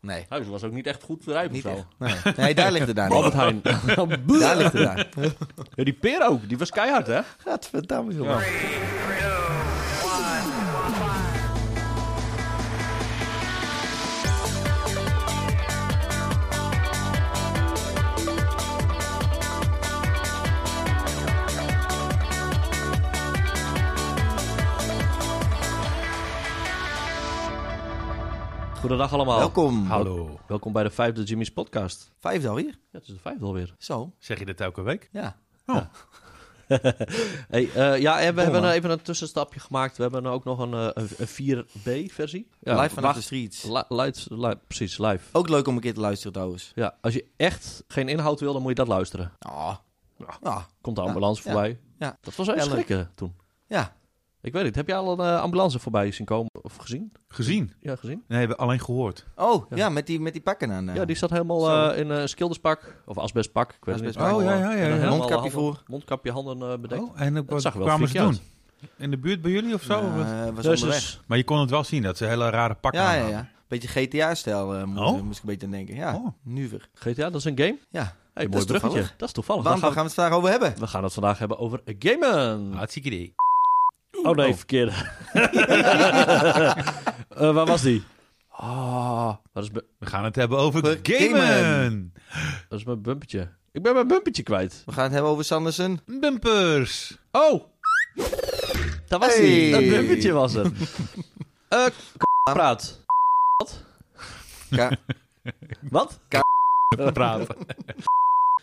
Nee. Huis was ook niet echt goed te rijpen of Niet zo. echt. Nee. nee, daar ligt het daar. Albert Heijn. Daar ligt het daar. Ja, die peer ook, die was keihard hè? Gadverdamme, jongen. Goedendag allemaal. Welkom. Hallo. Welkom bij de vijfde Jimmy's podcast. Vijfde alweer? Ja, het is de vijfde alweer. Zo, Zeg je dit elke week? ja. Hey, eh, ja, en we Bon, hebben man. even een tussenstapje gemaakt. We hebben ook nog een, eh, een, een 4B-versie. live vanaf de streets. live, precies, live. Ook leuk om een keer te luisteren trouwens. Ja, als je echt geen inhoud wil, dan moet je dat luisteren. Ah. Ja. Ah. Komt de ambulance Ja, voorbij. ja. Dat was echt Ja, leuk. schrikken toen. Ja. Ik weet het. Heb jij al een eh, ambulance voorbij zien komen of gezien? Gezien? Ja, gezien. Nee, we alleen gehoord. Oh, Ja. ja, met, die, met die pakken aan. eh. Ja, die zat helemaal Zo. eh, in een schilderspak of asbestpak. Ik weet het niet. Asbestpak. Oh, ja, ja, En dan helemaal Mondkapje handen- voor. Mondkapje, handen eh, bedekt. Oh, en ook Dat wat zag er wel kwamen ze freaky doen? In de buurt bij jullie of zo? Of Ja, wat? eh, was Dus, onderweg. dus, Maar je kon het wel zien dat ze hele rare pakken Ja, aan ja, hadden. ja. Beetje GTA-stijl eh, moest, Oh. moest ik een beetje aan denken. Ja, Oh. nu weer. GTA, dat is een game. Ja. Hey, Dat mooi is toevallig. bruggetje. Dat is toevallig. Dan Waarom gaan gaan we het daarover hebben? we, we gaan het vandaag hebben over gamen. Hartstikke idee. Oh nee, verkeerde. Eh, waar was die? Ah, dat is, be- We gaan het hebben over We gamen. gamen. dat is mijn bumpetje. Ik ben mijn bumpetje kwijt. We gaan het hebben over Sanderson. Bumpers. Oh! Dat was die. Hey. Dat bumpetje was het. Eh, k- praat. Ka- Wat? Praten.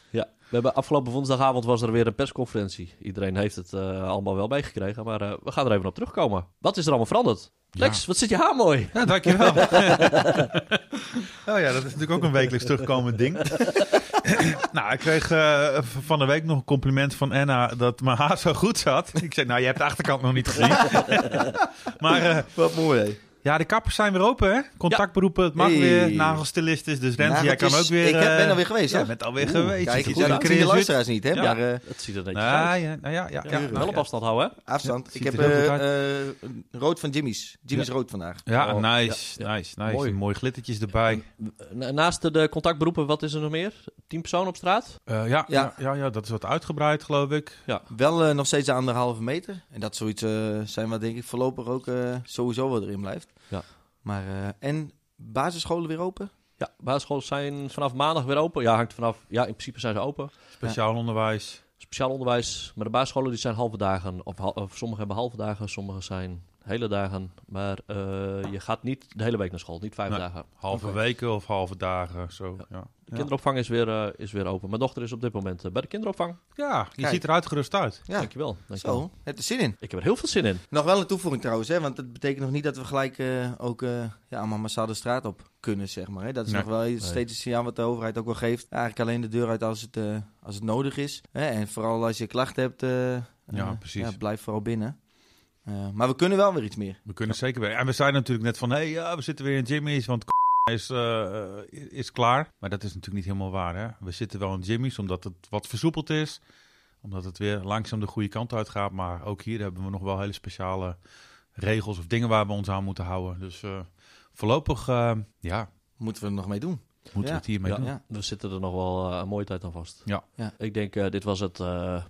Ja, we hebben afgelopen woensdagavond was er weer een persconferentie. Iedereen heeft het eh, allemaal wel meegekregen, maar eh, we gaan er even op terugkomen. Wat is er allemaal veranderd? Lex, wat zit je haar mooi? Ja, dankjewel. oh ja, dat is natuurlijk ook een wekelijks terugkomend ding. nou, ik kreeg eh, v- van de week nog een compliment van Anna dat mijn haar zo goed zat. Ik zei, nou, je hebt de achterkant nog niet gezien. maar eh, Wat mooi, hè? ja, de kappers zijn weer open, hè? Contactberoepen, het mag Hey. weer. Nagelstilisten, dus Rens, jij kan Nageltjes. ook weer... Ik heb- ben eh, alweer geweest, Ja, hoor. bent alweer geweest. Kijk, Je goed, ziet er dat zien de crazy uit. luisteraars niet, hè? Ja. Maar eh, Dat ziet er netjes Nou uit. ja, nou ja, ja, Ja, ja, wel op ja. afstand houden, hè? afstand. Ik ziet heb er heel eh, goed eh, rood van Jimmy's. Jimmy's rood vandaag. Ja, Oh, nice, ja, ja. nice, nice. Mooi. Mooi. Mooie glittertjes erbij. Eh, Na- Naast de- de contactberoepen, wat is er nog meer? Tien personen op straat? Eh, ja, Ja. ja. Ja, ja, dat is wat uitgebreid, geloof ik. Wel eh, nog steeds de anderhalve meter. En dat soort eh, zijn we denk ik voorlopig ook eh, sowieso wat erin blijft. Ja. Maar, eh, en basisscholen weer open? Ja, basisscholen zijn vanaf maandag weer open. Ja, hangt vanaf. Ja, in principe zijn ze open. Speciaal onderwijs. Speciaal onderwijs. Maar de basisscholen die zijn halve dagen. Of, hal- of sommige hebben halve dagen, sommige zijn hele dagen. Maar eh, je gaat niet de hele week naar school. Niet vijf Nee. dagen. Halve Oké. weken of halve dagen, zo. Ja, ja. De kinderopvang is weer, eh, is weer open. Mijn dochter is op dit moment eh, bij de kinderopvang. Ja, je Kijk. ziet er uitgerust uit. Ja, Dankjewel. dankjewel. zo. Heb er zin in. Ik heb er heel veel zin in. Nog wel een toevoeging trouwens, hè? want dat betekent nog niet dat we gelijk eh, ook eh, ja, allemaal massaal de straat op kunnen, zeg maar. Hè? Dat is Nee. nog wel steeds een signaal wat de overheid ook wel geeft. Eigenlijk alleen de deur uit als het, eh, als het nodig is. Hè? En vooral als je klachten hebt, eh, Ja, eh, precies. blijf vooral binnen. Eh, maar we kunnen wel weer iets meer. We kunnen zeker weer. En we zeiden natuurlijk net van, hé, hey, ja, we zitten weer in Jimmy's, want is, eh, eh, is klaar. Maar dat is natuurlijk niet helemaal waar, hè. We zitten wel in Jimmy's, omdat het wat versoepeld is. Omdat het weer langzaam de goede kant uit gaat. Maar ook hier hebben we nog wel hele speciale regels of dingen waar we ons aan moeten houden. Dus eh, voorlopig, eh, ja, Moeten we er nog mee doen. moeten Ja. we het hiermee Ja. doen. Ja. We zitten er nog wel eh, een mooie tijd aan vast. Ja. Ja. Ik denk, eh, dit was het eh,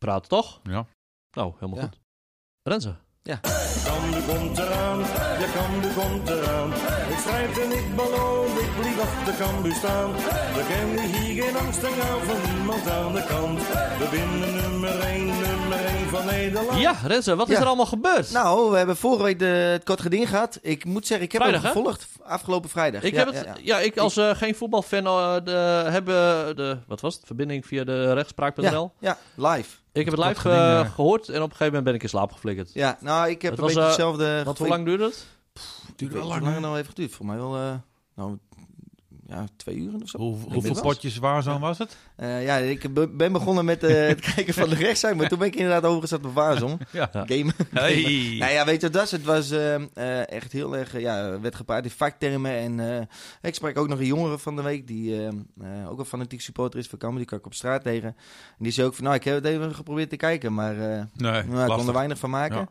praten toch? Ja. Nou, helemaal Ja. goed. Renze. Schande komt eraan, de kambu komt eraan. Ik strijd en ik beloof, ik vlieg op de kambu staan. We kennen hier geen angst en gaan van niemand aan de kant. We winnen nummer 1, nummer 1 van Nederland. Ja, Renze, wat is Ja. er allemaal gebeurd? Nou, we hebben vorige week de, het kort geding gehad. Ik moet zeggen, ik heb Vrijdag, hem hè? gevolgd afgelopen vrijdag. ik Ja, heb ja, het, ja. ja, ik als eh, geen voetbalfan eh, de, heb eh, de, wat was het? Verbinding via de rechtspraak.nl. Ja, ja, live. Ik heb het Dat live ging, eh, eh, gehoord en op een gegeven moment ben ik in slaap geflikkerd. Ja, nou, ik heb Het een was, beetje eh, hetzelfde... Want hoe gevoel. lang duurde het? Ik weet niet Hoe lang het nou heeft geduurd? Voor mij wel eh, nou, ja, twee uren of zo. Hoe, hoeveel wel. potjes waar zo was het? Eh, ja, ik be- ben begonnen met eh, het kijken van de rechtszijde, maar toen ben ik inderdaad overgestapt op Waarzon. Ja. Game. Nou ja, weet je wat dat is? Het was eh, eh, echt heel erg, eh, ja, werd gepraat in vaktermen. En eh, ik sprak ook nog een jongere van de week, die eh, eh, ook een fanatiek supporter is van Cambuur. Die kan ik op straat tegen. En die zei ook van, nou, ik heb het even geprobeerd te kijken, maar eh, nou, Nee, ik kon er lastig. weinig van maken. Ja.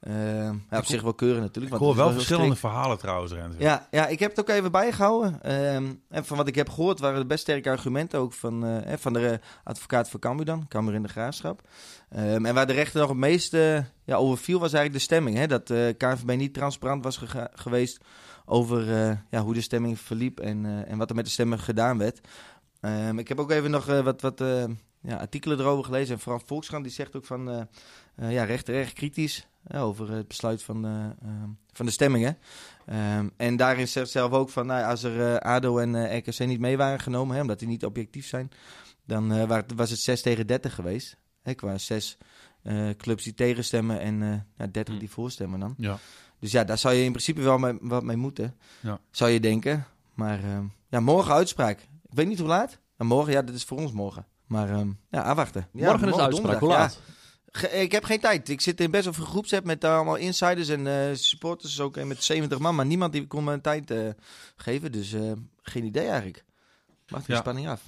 Eh, ja, op zich wel keuren natuurlijk. Ik want hoor het is wel heel verschillende strikt. verhalen trouwens, Rens. Ja, ja, ik heb het ook even bijgehouden. Ehm, en van wat ik heb gehoord waren de best sterke argumenten ook van, eh, hè, van de eh, advocaat van Cambuur dan, Cambuur in de Graafschap. Ehm, en waar de rechter nog het meest eh, ja, over viel was eigenlijk de stemming. Hè, dat eh KNVB niet transparant was gega- geweest over eh, ja, hoe de stemming verliep en, eh, en wat er met de stemmen gedaan werd. Ehm, ik heb ook even nog eh, wat, wat eh, ja, artikelen erover gelezen. En vooral Volkskrant die zegt ook van eh eh, ja, rechter erg kritisch eh, over het besluit van, eh, ehm, van de stemmingen. Ehm, en daarin zegt zelf ook van nou, als er eh, ADO en eh, RKC niet mee waren genomen, hè, omdat die niet objectief zijn, dan eh, wa- was het 6 tegen 30 geweest. Hè, qua 6 clubs die tegenstemmen en eh ja, 30 die voorstemmen dan. Ja. Dus ja, daar zou je in principe wel mee, wat mee moeten. Ja. Zou je denken. Maar ehm, ja, morgen uitspraak. Ik weet niet hoe laat. En morgen, ja, dat is voor ons morgen. Maar ehm, ja, afwachten. Ja, Morgen is de uitspraak. donderdag, Hoe ja. laat? Ge- eh, ik heb geen tijd. Ik zit in best wel veel groepsapp met eh, allemaal insiders en eh, supporters ook. En met 70 man. Maar niemand die kon me een tijd eh, geven. Dus eh, geen idee eigenlijk. Mag de Ja. spanning af.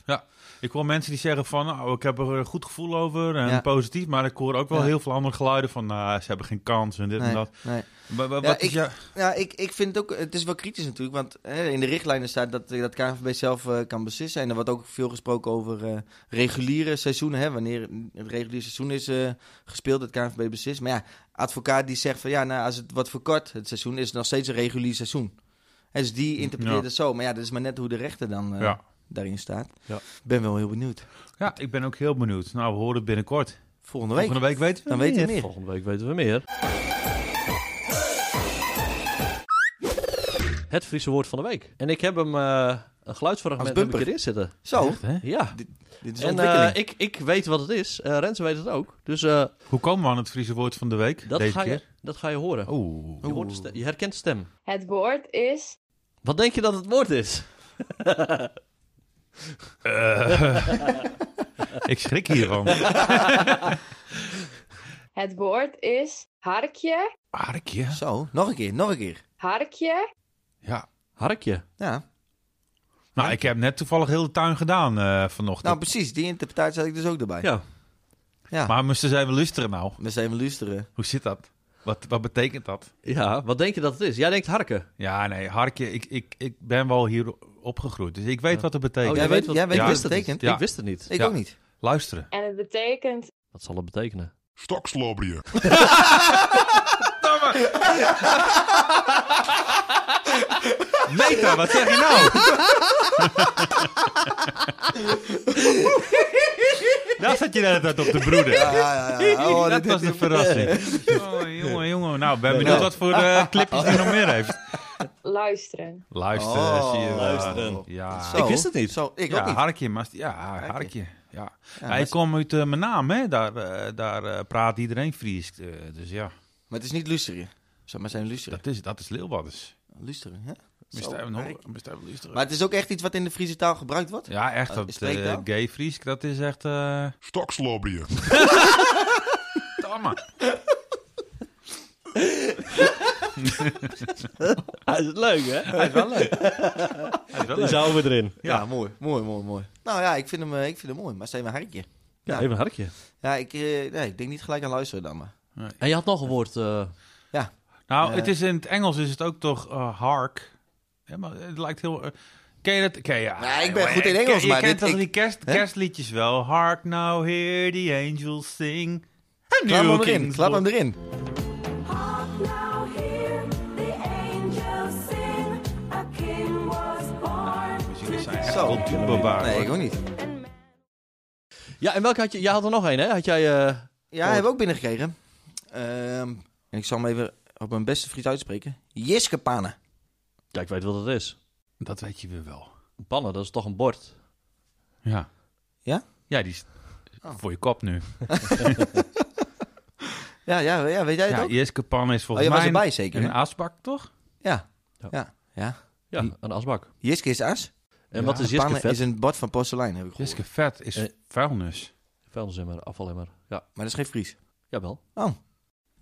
Ik hoor mensen die zeggen van, nou, ik heb er een goed gevoel over en Ja. positief. Maar ik hoor ook wel Ja. heel veel andere geluiden van, nou, ze hebben geen kans en dit en dat. nee. Wa- wa- Ja, wat is ik- jou- Ja, ik, ik vind het ook, het is wel kritisch natuurlijk, want hè, in de richtlijnen staat dat, dat KNVB zelf eh, kan beslissen. En er wordt ook veel gesproken over eh, reguliere seizoenen, hè, wanneer het reguliere seizoen is eh, gespeeld, dat KNVB beslist. Maar ja, advocaat die zegt van ja, nou, als het wordt verkort, het seizoen, is het nog steeds een regulier seizoen. En dus die interpreteert Ja. het zo. Maar ja, dat is maar net hoe de rechter dan eh, Ja. daarin staat. Ja. Ik ben wel heel benieuwd. Ja, ik ben ook heel benieuwd. Nou, we horen het binnenkort. Volgende week, Volgende week weten we dan weten we meer. Volgende week weten we meer. Het Friese woord van de week. En ik heb hem eh, een geluidsfragment Als heb ik bumper. erin zitten. Zo, Ja. dit is En ontwikkeling. eh, ik, ik weet wat het is. Eh Rens weet het ook. Dus eh, Hoe komen we aan het Friese woord van de week dat, deze ga je, keer? dat ga je horen. Oeh. Je, hoort de ste- je herkent de stem. Het woord is Wat denk je dat het woord is? ik schrik hiervan. Het woord is harkje, Arkje. Zo, nog een keer, nog een keer. harkje. Ja. Harkje. Ja, Nou, ik heb net toevallig heel de tuin gedaan eh, vanochtend. nou precies, die interpretatie had ik dus ook erbij. Ja. Ja. maar moesten zij wel luisteren nou? We zijn wel luisteren. Hoe zit dat? Wat, wat betekent dat? Ja, wat denk je dat het is? Jij denkt harken. Ja, nee, Harkje, ik, ik, ik ben wel hier opgegroeid. Dus ik weet wat het betekent. Oh, jij jij weet, weet wat- jij weet Ja, wat het dat betekent? Ja. Ik wist het niet. Ik Ja. ook niet. Luisteren. En het betekent Wat zal het betekenen? Stokslobberje. Meta, wat zeg je nou? Daar zat je de hele tijd op te broeden. ja, ja. Oh, dat dit- was een verrassing. Oh, jongen, jongen. Nou, ben benieuwd wat voor eh, clipjes die nog meer heeft. luisteren. Luisteren, Oh, zie je wel. luisteren. Ja, Zo. Ik wist het niet. Zo, ik ook ja niet. harkje. Maar, ja, harkje. Ja. maar Hij het- kwam uit eh, mijn naam, hè. Daar, eh, daar eh, praat iedereen Fries. eh, dus ja, Maar het is niet luisteren. Zou maar zijn luisteren. dat is, dat is Leeuwarders. Luisteren, hè? Zo, Mr. Hark. Nog- Mr. Luisteren. Maar Ah, het is ook echt iets wat in de Friese taal gebruikt wordt. Ja, echt, Is dat het eh, leektaal? gay Fries, dat is echt... eh Stokslobberje. Tamma. Hij is leuk, hè? Hij is wel leuk. Hij Dus- is wel Die leuk. zouden we erin. Ja, mooi. Mooi, mooi, mooi. Nou ja, ik vind hem, eh, ik vind hem mooi. Maar zijn we harkje. Ja, even een harkje. Ja, ik, eh, nee, ik denk niet gelijk aan luisteren dan maar. En je had nog een woord. eh, Nou, Eh. het is in het Engels is het ook toch eh, hark. Ja, maar het lijkt heel. eh, ken je dat? Ken je, Nee, ik ben eh, goed in ken- Engels, je maar kent dit- toch ik- die kerst, Hè? kerstliedjes wel? Hark now, hear the angels sing. A Klap new hem erin, king's klap law. hem erin. Hark now, hear the angels sing. A king was born. Jullie zijn echt Zo. wel duurbaar. Nee, ik hoor. ook niet. Ja, en welke had je? Jij had er nog één, hè? Had jij... eh, Ja, hebben we ook binnengekregen. Ehm, en ik zal hem even op mijn beste Fries uitspreken. Jiskepanen. Ja, ik weet wat het is. Dat weet je weer wel. Een Pannen, dat is toch een bord? Ja. Ja? Oh. Ja, die is voor je kop nu. Ja, ja, ja, weet jij het Ja, ook? Jiske Pan is Oh, volgens jij was mij erbij zeker, een hè? asbak, toch? Ja. Ja. Ja. ja. Ja, een asbak. Jiske is as. En Ja, wat is Jiske Pannen vet? is een bord van porselein, heb ik gehoord. Jiske Vet is Eh. vuilnis. Vuilnisemmer, afvalemmer. Ja, Maar dat is geen Fries. jawel.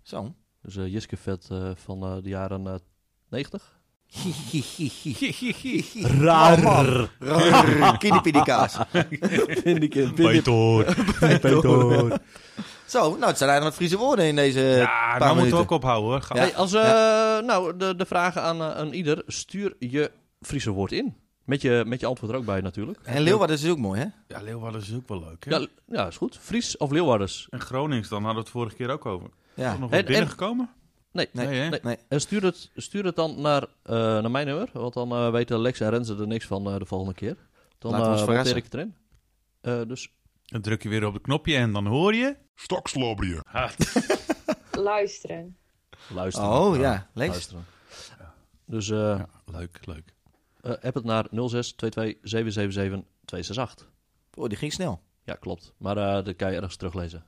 Zo. Dus eh Jiske vet eh, van eh, de jaren eh, 90. Oh, Raar. Kinderpiedikaas. Vind ik het. Peter. Zo, nou, het zijn eigenlijk wat Friese woorden in deze Ja, paar nou moeten minuten. we ook ophouden hoor. Ga- Hey, als, eh, Nou, de, de vragen aan, eh, aan ieder. Stuur je Friese woord in. Met je, met je antwoord er ook bij natuurlijk. En Leeuwarden is dus ook mooi, hè? Ja, Leeuwarden is ook wel leuk. Hè? Ja, ja, is goed. Fries of Leeuwarders? En Gronings, dan hadden we het vorige keer ook over. Is Ja. er nog En- wat binnengekomen? Nee. Nee, nee, hè? nee. Nee. En stuur het, stuur het dan naar, eh, naar mijn nummer. Want dan eh, weten Lex en Renze er niks van eh, de volgende keer. Dan Laten we eh, ons monteer verrassen. ik het erin. Eh, dus Dan druk je weer op het knopje en dan hoor je... Stokslobberje. Ah, luisteren. luister. Oh, ja. Lees. Luisteren. Dus eh, ja, leuk, leuk. eh, app het naar 06 22 777 268. Oh, die ging snel. Ja, klopt. Maar eh dat kan je ergens teruglezen.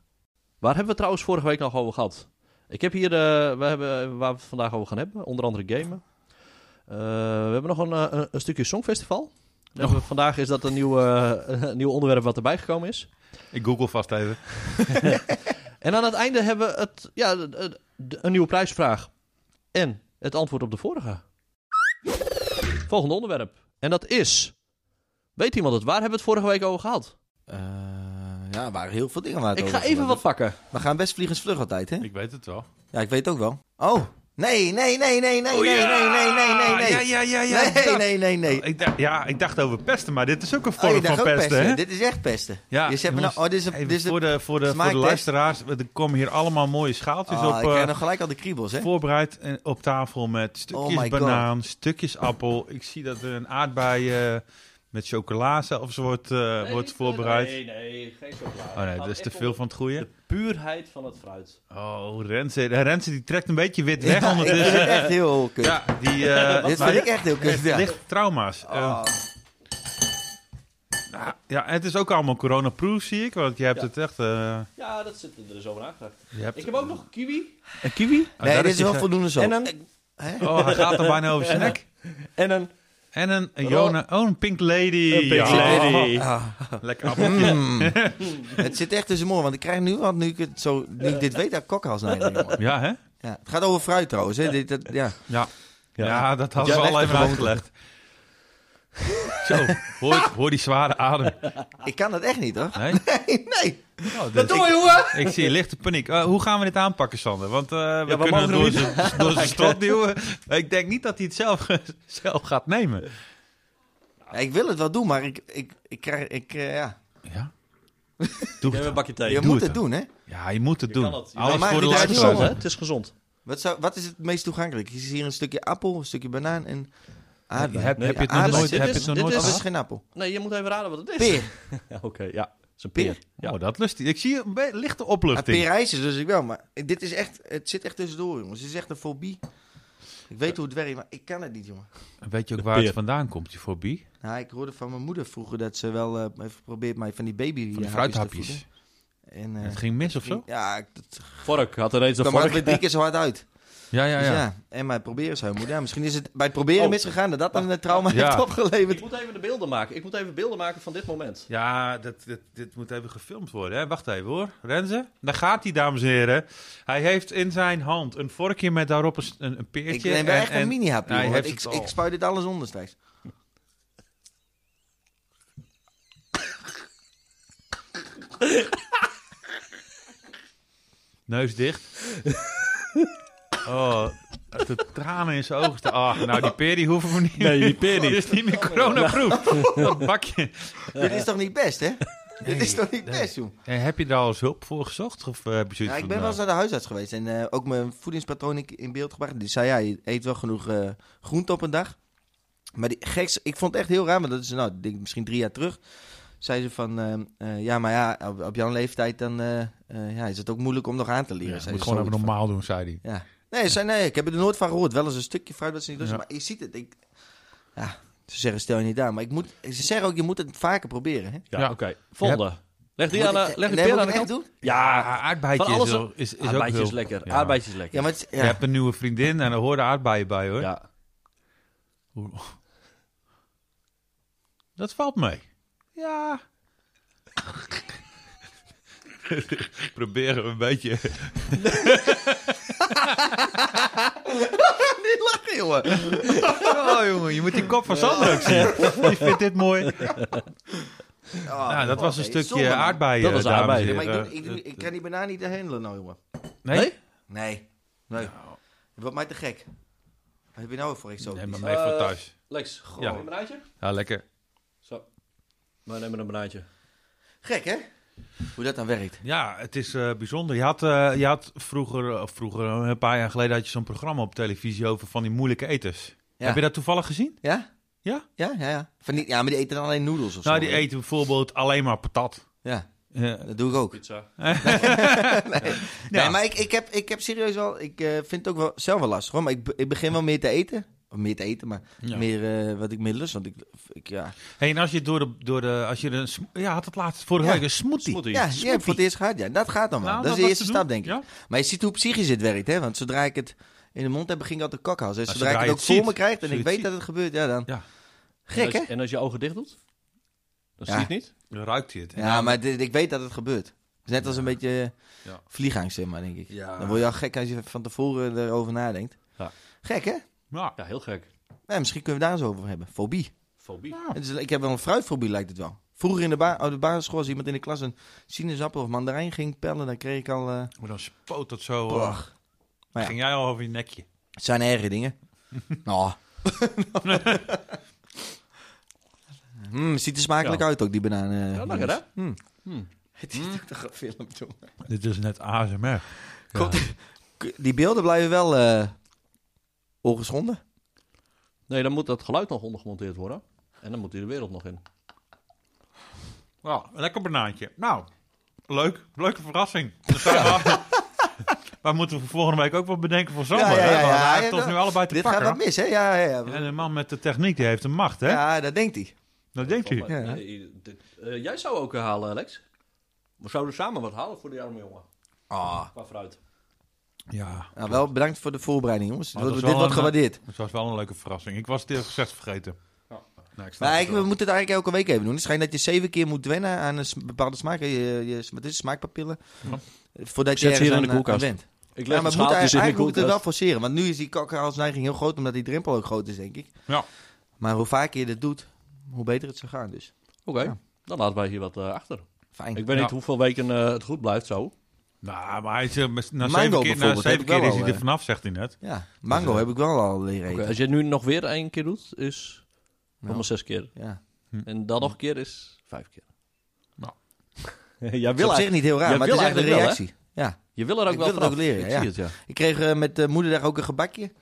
Waar hebben we trouwens vorige week nog over gehad? Ik heb hier, eh, we hebben, waar we het vandaag over gaan hebben, onder andere gamen. Eh, we hebben nog een, eh, een- een stukje Songfestival. Dan hebben we- Vandaag is dat een nieuw, eh, een nieuw onderwerp wat erbij gekomen is. Ik google vast even. En aan het einde hebben we het, ja, de- de- de- een nieuwe prijsvraag. En het antwoord op de vorige. Volgende onderwerp. En dat is... Weet iemand het? Waar hebben we het vorige week over gehad? Eh, ja, er waren heel veel dingen waar het Ik over ga even ging. wat pakken. We gaan best vliegensvlug altijd, hè? Ik weet het wel. Ja, ik weet het ook wel. Oh, nee, nee, nee, nee, nee, Oh, nee, nee, nee, nee, nee, nee. Oh, Ja, Ah, ja, ja, ja. Nee, dat. nee, nee, nee. Ik dacht, ja, ik dacht over pesten, maar dit is ook een Oh, vorm je van dacht ook pesten, hè? Dit is echt pesten. Ja, je zegt me nou, jongens, oh, dit is een... even Dit is voor een de, voor de, voor de smaaktest. luisteraars, er komen hier allemaal mooie schaaltjes Ah, ik op, krijg eh, nog gelijk al de kriebels, hè? voorbereid en op tafel met Oh stukjes my God. banaan, stukjes appel. Ik zie dat er een aardbei eh, met chocola zelfs wordt, eh, wordt voorbereid. Nee, nee, geen chocolade. Oh nee, dat is te veel van het goede. Puurheid van het fruit. Oh, Renze, Eh, Renze die trekt een beetje wit weg Ja, ik vind ondertussen. het echt heel kut. Ja, die... eh Dit maar vind ik echt heel kut, ja. licht trauma's. Eh, Oh. ja, het is ook allemaal coronaproof, zie ik. Want je hebt Ja. het echt... eh, Ja, dat zit er zo over nagedacht. je hebt... Oh, Ik heb ook nog kiwi. Een kiwi? Nee, dit is wel voldoende zo. En een, Oh, hij gaat er bijna over zijn nek. en een En een, een Jona. Oh, een Pink Lady. Een Pink Ja. Lady. Ah, Lekker appeltje. mm. het zit echt tussen morgen, want ik krijg nu, want nu ik het zo, nu ik dit weet, dat ik kokhals naar jongen. Ja, hè? Ja, het gaat over fruit trouwens, hè? Dit, dat, ja. Ja. Ja. Ja, dat hadden Jij we al legt even er uitgelegd. Zo, hoor, hoor die zware adem. Ik kan dat echt niet, hoor. Nee? Nee, nee. Nou, dit- Wat doe je, ik, jongen? ik zie lichte paniek. Eh, hoe gaan we dit aanpakken, Sander? Want eh, we we kunnen mogen het er door niet. zijn- door zijn strot duwen. Ik denk niet dat hij het zelf, zelf gaat nemen. Ja, ik wil het wel doen, maar ik, ik, ik krijg, ik, eh, ja. Ja. Doe een het. bakje thee. Je doe moet het het dan. doen, hè? Ja, je moet het Je doen. kan het. Je Alles maakt voor de niet uit wie luisteraar. het Het is gezond. Wat, zou, wat is het meest toegankelijk? Je ziet hier een stukje appel, een stukje banaan en aardbei. Heb, Nee, heb je het aardbei. nog nooit, dit heb je is- het nog dit nooit Oh, dat is gehad? geen appel. Nee, je moet even raden wat het is. Peer. Ja, Oké, ja. Het is een Peer. peer. Ja. Oh, dat lust hij. Ik zie een be- lichte Ja, opluchting. peerijs is dus ik wel, maar dit is echt, het zit echt tussendoor, jongens. Het is echt een fobie. Ik weet hoe het werkt, maar ik kan het niet, jongen. Weet je ook De waar peer. het vandaan komt, die fobie? Nou, ik hoorde van mijn moeder vroeger dat ze wel eh, heeft geprobeerd mij van die baby Van die eh, fruithapjes. te voeden. En, eh, Het ging mis of zo? ging- ja, ik- dat Vork had er eens een kwam altijd vork. weer drie keer zo hard uit. Ja, Ja, ja, dus ja. ja. En bij het proberen zou je moeder. Ja, misschien is het bij het proberen Oh. misgegaan dat dat een eh, trauma Ja. heeft opgeleverd. Ik moet even de beelden maken. Ik moet even beelden maken van dit moment. Ja, dat, dat, dit moet even gefilmd worden. Hè? Wacht even hoor. Renze, daar gaat hij, dames en heren. Hij heeft in zijn hand een vorkje met daarop een, s- een, een peertje. Ik neem wel echt een mini-hapje, Hij jongen, want heeft ik, Nou, het al. ik spuit dit alles onder straks. Neus dicht. oh, de tranen in zijn ogen staan. Ah, nou, die peer die hoeven we niet Nee, die peer Dit is niet meer coronaproof. Dat bakje. Dit is toch niet best, hè? Dit is toch niet best, joh. En Eh, heb je daar al eens hulp voor gezocht? Of eh, heb Ja, je zoiets ik van, ben wel eens nou, naar de huisarts geweest en eh, ook mijn voedingspatroon in, in beeld gebracht. Die zei, ja, je eet wel genoeg eh groente op een dag. Maar die geks, ik vond het echt heel raar, want dat is nou, ik denk misschien drie jaar terug. Zei ze van, ehm, eh, ja, maar ja, op, op jouw leeftijd dan eh, eh, ja, is het ook moeilijk om nog aan te leren. ja, zei moet ze gewoon even zoiets normaal doen, zei hij. van. Ja. Nee, ze zei, nee, ik heb er nooit van gehoord. Wel eens een stukje fruit dat ze niet lust, Ja. maar je ziet het. Ik, ja, ze zeggen stel je niet aan, maar ik moet, ze zeggen ook, je moet het vaker proberen. Hè? Ja, Ja. oké. Volgende. Leg die, Moet aan, ik- de- leg die nee, peer moet aan ik de het echt kant. doen? Ja, Ja, aardbeidje Van is, alles- wel- is, is ook aardbeidje is heel- lekker. Ja. Aardbeidje is Ja, lekker. maar het, is- ja. Je hebt een nieuwe vriendin en er horen aardbeien bij, hoor. Ja. Dat valt mee. Ja. Proberen we een beetje. Niet lachen, jongen. Oh jongen, je moet die kop van Sander ook zien. Die vindt dit mooi. Oh, nou, dat was een stukje aardbeien. Dat was dames en aardbeien. Ja, heren. Eh, maar ik, doe- ik, doe- ik kan die banaan niet handelen, nou jongen. Nee? Nee? Nee. Nee. Nou. Dat wordt mij te gek. Wat heb je nou voor exotisch? Neem maar mee voor thuis. Lex, gewoon Ja. een banaantje? Eh. Ja, lekker. Zo. We nemen een banaantje. Gek, hè? Hoe dat dan werkt. Ja, het is eh, bijzonder. Je had, eh, je had vroeger, eh, of vroeger, een paar jaar geleden had je zo'n programma op televisie over van die moeilijke eters. Ja. Heb je dat toevallig gezien? Ja? Ja? Ja, ja, ja. Van die, ja, maar die eten dan alleen noedels of nou, zo. die hè? eten bijvoorbeeld alleen maar patat. Ja, Eh, dat doe ik ook. Pizza. Nou. Nee, maar ik, ik, heb, ik heb serieus wel... Ik eh, vind het ook wel, zelf wel lastig, hoor. Maar ik, be- ik begin wel meer te eten. Of meer te eten, maar Ja. meer eh, wat ik meer lust. Want ik, ik ja... hey, en als je door de, door de, als je de, sm- ja, had het laatst vorige Ja. week een smoothie. Smoothie. Ja, die heb ik voor het eerst gehad. Ja, dat gaat dan wel. Nou, dat is was de te eerste doen. stap, denk ik. Ja. Maar je ziet hoe psychisch dit werkt, hè? Want zodra ik het in de mond heb, begin ik altijd kokhalzen. En Nou, zodra ik het ook zodra je het voor me krijg ziet, en zodra ik je weet het dat het gebeurt, ja dan. Ja. Gek, en, hè? als, en als je ogen dicht doet? Dan Ja. zie je het niet? Dan ruikt hij het. En Ja, maar dit- ik weet dat het gebeurt. Het is net als een beetje eh, Ja. vliegangst, zeg maar, denk ik. Ja. Dan word je al gek als je van tevoren erover nadenkt. Ja. Gek, hè? Ja. Ja, heel gek. Ja, misschien kunnen we daar eens over hebben. Fobie. Fobie. Ah. Het is- ik heb wel een fruitfobie, lijkt het wel. Vroeger in de, ba- op de basisschool, als iemand in de klas een sinaasappel of mandarijn ging pellen, dan kreeg ik al... eh Maar dan spoot dat zo. eh, brach. Ja. Ging jij al over je nekje? Het zijn erge dingen. Nou. Mm, ziet er smakelijk Ja. uit ook, die banaan. eh, Ja, lekker hè? Het is ook toch een film, jongen. Dit is net ASMR. Komt- Die beelden blijven wel eh, ongeschonden. Nee, dan moet dat geluid nog ondergemonteerd worden. En dan moet hij de wereld nog in. Ja, een lekker banaantje. Nou, leuk. Leuke verrassing. Dan zijn we- Maar moeten we voor volgende week ook wat bedenken voor zomer? Ja, ja, ja, hè? Want ja, hij ja, heeft ons ja. nu allebei te Dit gaat pakken. wat mis, hè? Ja, ja, ja. En de man met de techniek, die heeft de macht, hè? ja dat denkt hij. Dat denkt u. Ja. Nee, dit- eh, jij zou ook eh, halen, Alex. We zouden samen wat halen voor die arme jongen. Ah. Qua fruit. Ja. Nou, wel bedankt voor de voorbereiding, jongens. Dit Maar dat wordt, is dit wel wordt een, gewaardeerd. Het was wel een leuke verrassing. Ik was het eerlijk gezegd vergeten. Ja. Nee, ik snap Maar het ik, we wel. moeten het eigenlijk elke week even doen. Het schijnt dat je zeven keer moet wennen aan een s- bepaalde smaak. hè, Je, je, wat is het, smaakpapillen. Ja. Voordat Ik je zet ze hier ergens in de aan- aan koelkast. went. Ik Ja, leg maar het het moet, schaaltje in de eigenlijk moet het wel koelkast. forceren. Want nu is die kakkerhalsneiging heel groot, omdat die drempel ook groot is, denk ik. Ja. Maar hoe vaker je dit doet, hoe beter het zou gaan. Dus Oké, dan laten wij hier wat eh, achter. fijn. Ik weet niet Ja. hoeveel weken eh, het goed blijft zo. Nou, maar hij is, eh, mes- na Mango zeven keer, na bijvoorbeeld heb zeven ik wel keer is al, hij er eh, vanaf, zegt hij net. Ja, mango heb ik wel al leren eten. Dus, eh, Oké, als je het nu nog weer één keer doet, is allemaal zes keer. Ja. En dan nog een keer is vijf keer. Nou. Wil jij wil op zich eigenlijk, niet heel raar, Jij maar het is wil echt een eigenlijk reactie. ja. je wil er ook Ik wel wil het vanaf. ook leren, Ik ja. zie het, ja. Ik kreeg eh, met eh, moederdag ook een gebakje.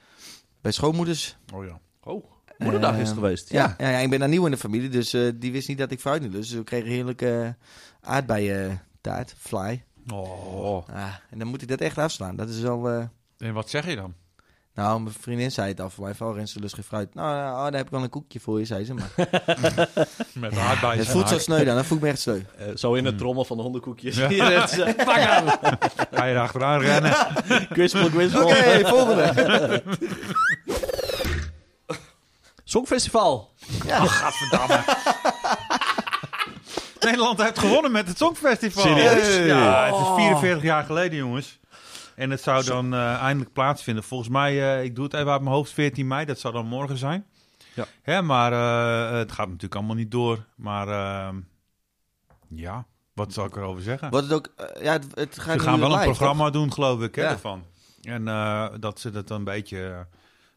Bij schoonmoeders. Oh ja. Oh, moederdag is het Eh, geweest. Ja, ja. ja, ik ben daar nieuw in de familie, dus eh, die wist niet dat ik fruit niet lust. Dus we kregen heerlijke eh, aardbeien taart, fly. Oh. Ah, en dan moet ik dat echt afslaan. Dat is wel... eh, En wat zeg je dan? Nou, mijn vriendin zei het al voor mij. Van, oh, Rens, ze lust geen fruit. Nou, nou, oh, daar heb ik wel een koekje voor je, zei ze. Maar Met aardbeien. het voelt zo sneu dan. Dat voelt me echt sneu. Eh, zo in het trommel van de hondenkoekjes. Ja. Hier het, eh, pak aan. Ga je er achteraan rennen? Kwispel, kwispel. Oké, Oh. volgende. Songfestival. Nederland heeft gewonnen met het Songfestival. Serieus? Ja, het Oh. is 44 jaar geleden, jongens. En het zou dan eh, eindelijk plaatsvinden. Volgens mij, eh, ik doe het even uit mijn hoofd, 14 mei. Dat zou dan morgen zijn. Ja. Hè, maar eh, het gaat natuurlijk allemaal niet door. Maar ehm, ja, wat zal ik erover zeggen? Wordt het ook... eh, ja, het, het gaat Ze nu gaan wel een live, programma doen, geloof ik, hè, Ja. daarvan. En eh, dat ze dat dan een beetje eh,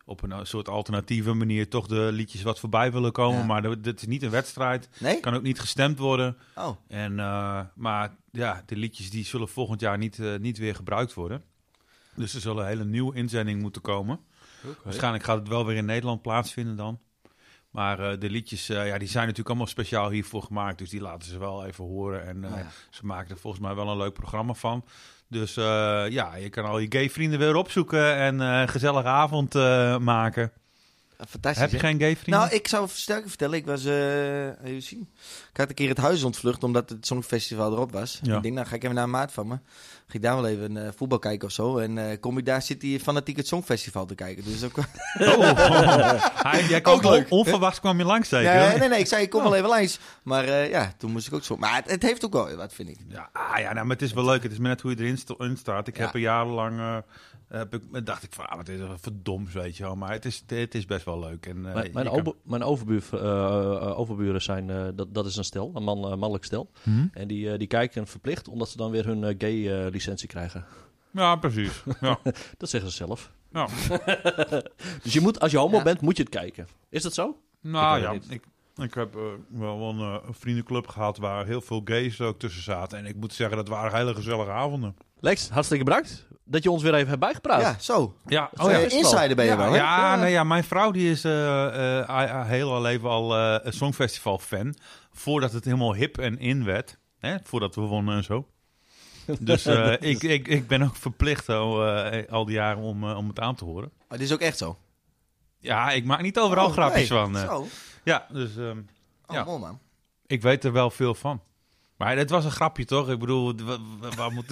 op een soort alternatieve manier... toch de liedjes wat voorbij willen komen. Ja. Maar dat- dit is niet een wedstrijd. toch? Nee? Kan ook niet gestemd worden. Oh, En, eh, maar ja, de liedjes die zullen volgend jaar niet, eh, niet weer gebruikt worden. Dus er zullen een hele nieuwe inzending moeten komen. Waarschijnlijk gaat het wel weer in Nederland plaatsvinden dan. Maar eh, de liedjes eh, ja, die zijn natuurlijk allemaal speciaal hiervoor gemaakt. Dus die laten ze wel even horen. En eh, Oh ja. ze maken er volgens mij wel een leuk programma van. Dus eh, ja, je kan al je gay vrienden weer opzoeken en eh, een gezellige avond eh, maken. Fantastisch. Heb je hè? geen gay vrienden? Nou, ik zou sterker vertellen, ik was, eh, even zien. Ik had een keer het huis ontvlucht, omdat het Songfestival erop was. Ja. Ik denk, nou ga ik even naar een maat van me. Ga ik daar wel even eh, voetbal kijken of zo. En eh, kom ik daar, zit hij fanatiek het Songfestival te kijken. Dus ook, Oh. Hij, jij kwam Ook leuk. on- onverwachts kwam je langs zeker? nee, nee, nee, ik zei, ik kom wel even langs. Maar eh, ja, toen moest ik ook zo. Maar het, het heeft ook wel wat, vind ik. Ja, ah, ja nou, maar het is wel leuk. Het is maar net hoe je erin sto- in staat. Ik Ja. heb er jarenlang... eh, heb ik, dacht ik van, ah, wat is dat voor doms, weet je wel. Maar het is, het is best wel leuk. En, eh, Mijn, je mijn, kan- ober- mijn overbuur, eh, eh, overburen zijn, eh, dat, dat is een stel, een man, eh, mannelijk stel. Mhm. En die, eh, die kijken verplicht, omdat ze dan weer hun eh, gay eh, licentie krijgen. Ja, precies. Ja. Dat zeggen ze zelf. Ja. Dus je moet, als je homo Ja. bent, moet je het kijken. Is dat zo? Nou Ik ja, weet het ik, ik heb eh, wel een eh, vriendenclub gehad waar heel veel gays ook tussen zaten. En ik moet zeggen, dat waren hele gezellige avonden. Lex, hartstikke bedankt dat je ons weer even hebt bijgepraat. Ja, zo. Ja, Oh, ja. Insider ben je ja, wel, hè? ja, nou ja, mijn vrouw die is eh, eh, haar- haar hele leven al eh, een songfestival fan. Voordat het helemaal hip en in werd. Hè? Voordat we wonnen en zo. Dus eh, ik, ik, ik ben ook verplicht al, eh, al die jaren om, eh, om het aan te horen. Maar dit is ook echt zo. Ja, ik maak niet overal Oh, grapjes nee. van. eh. Zo. Ja, dus ehm, Oh, Ja. mooi man. ik weet er wel veel van. Maar dit was een grapje, toch? Ik bedoel, wa- wa- waar, moet,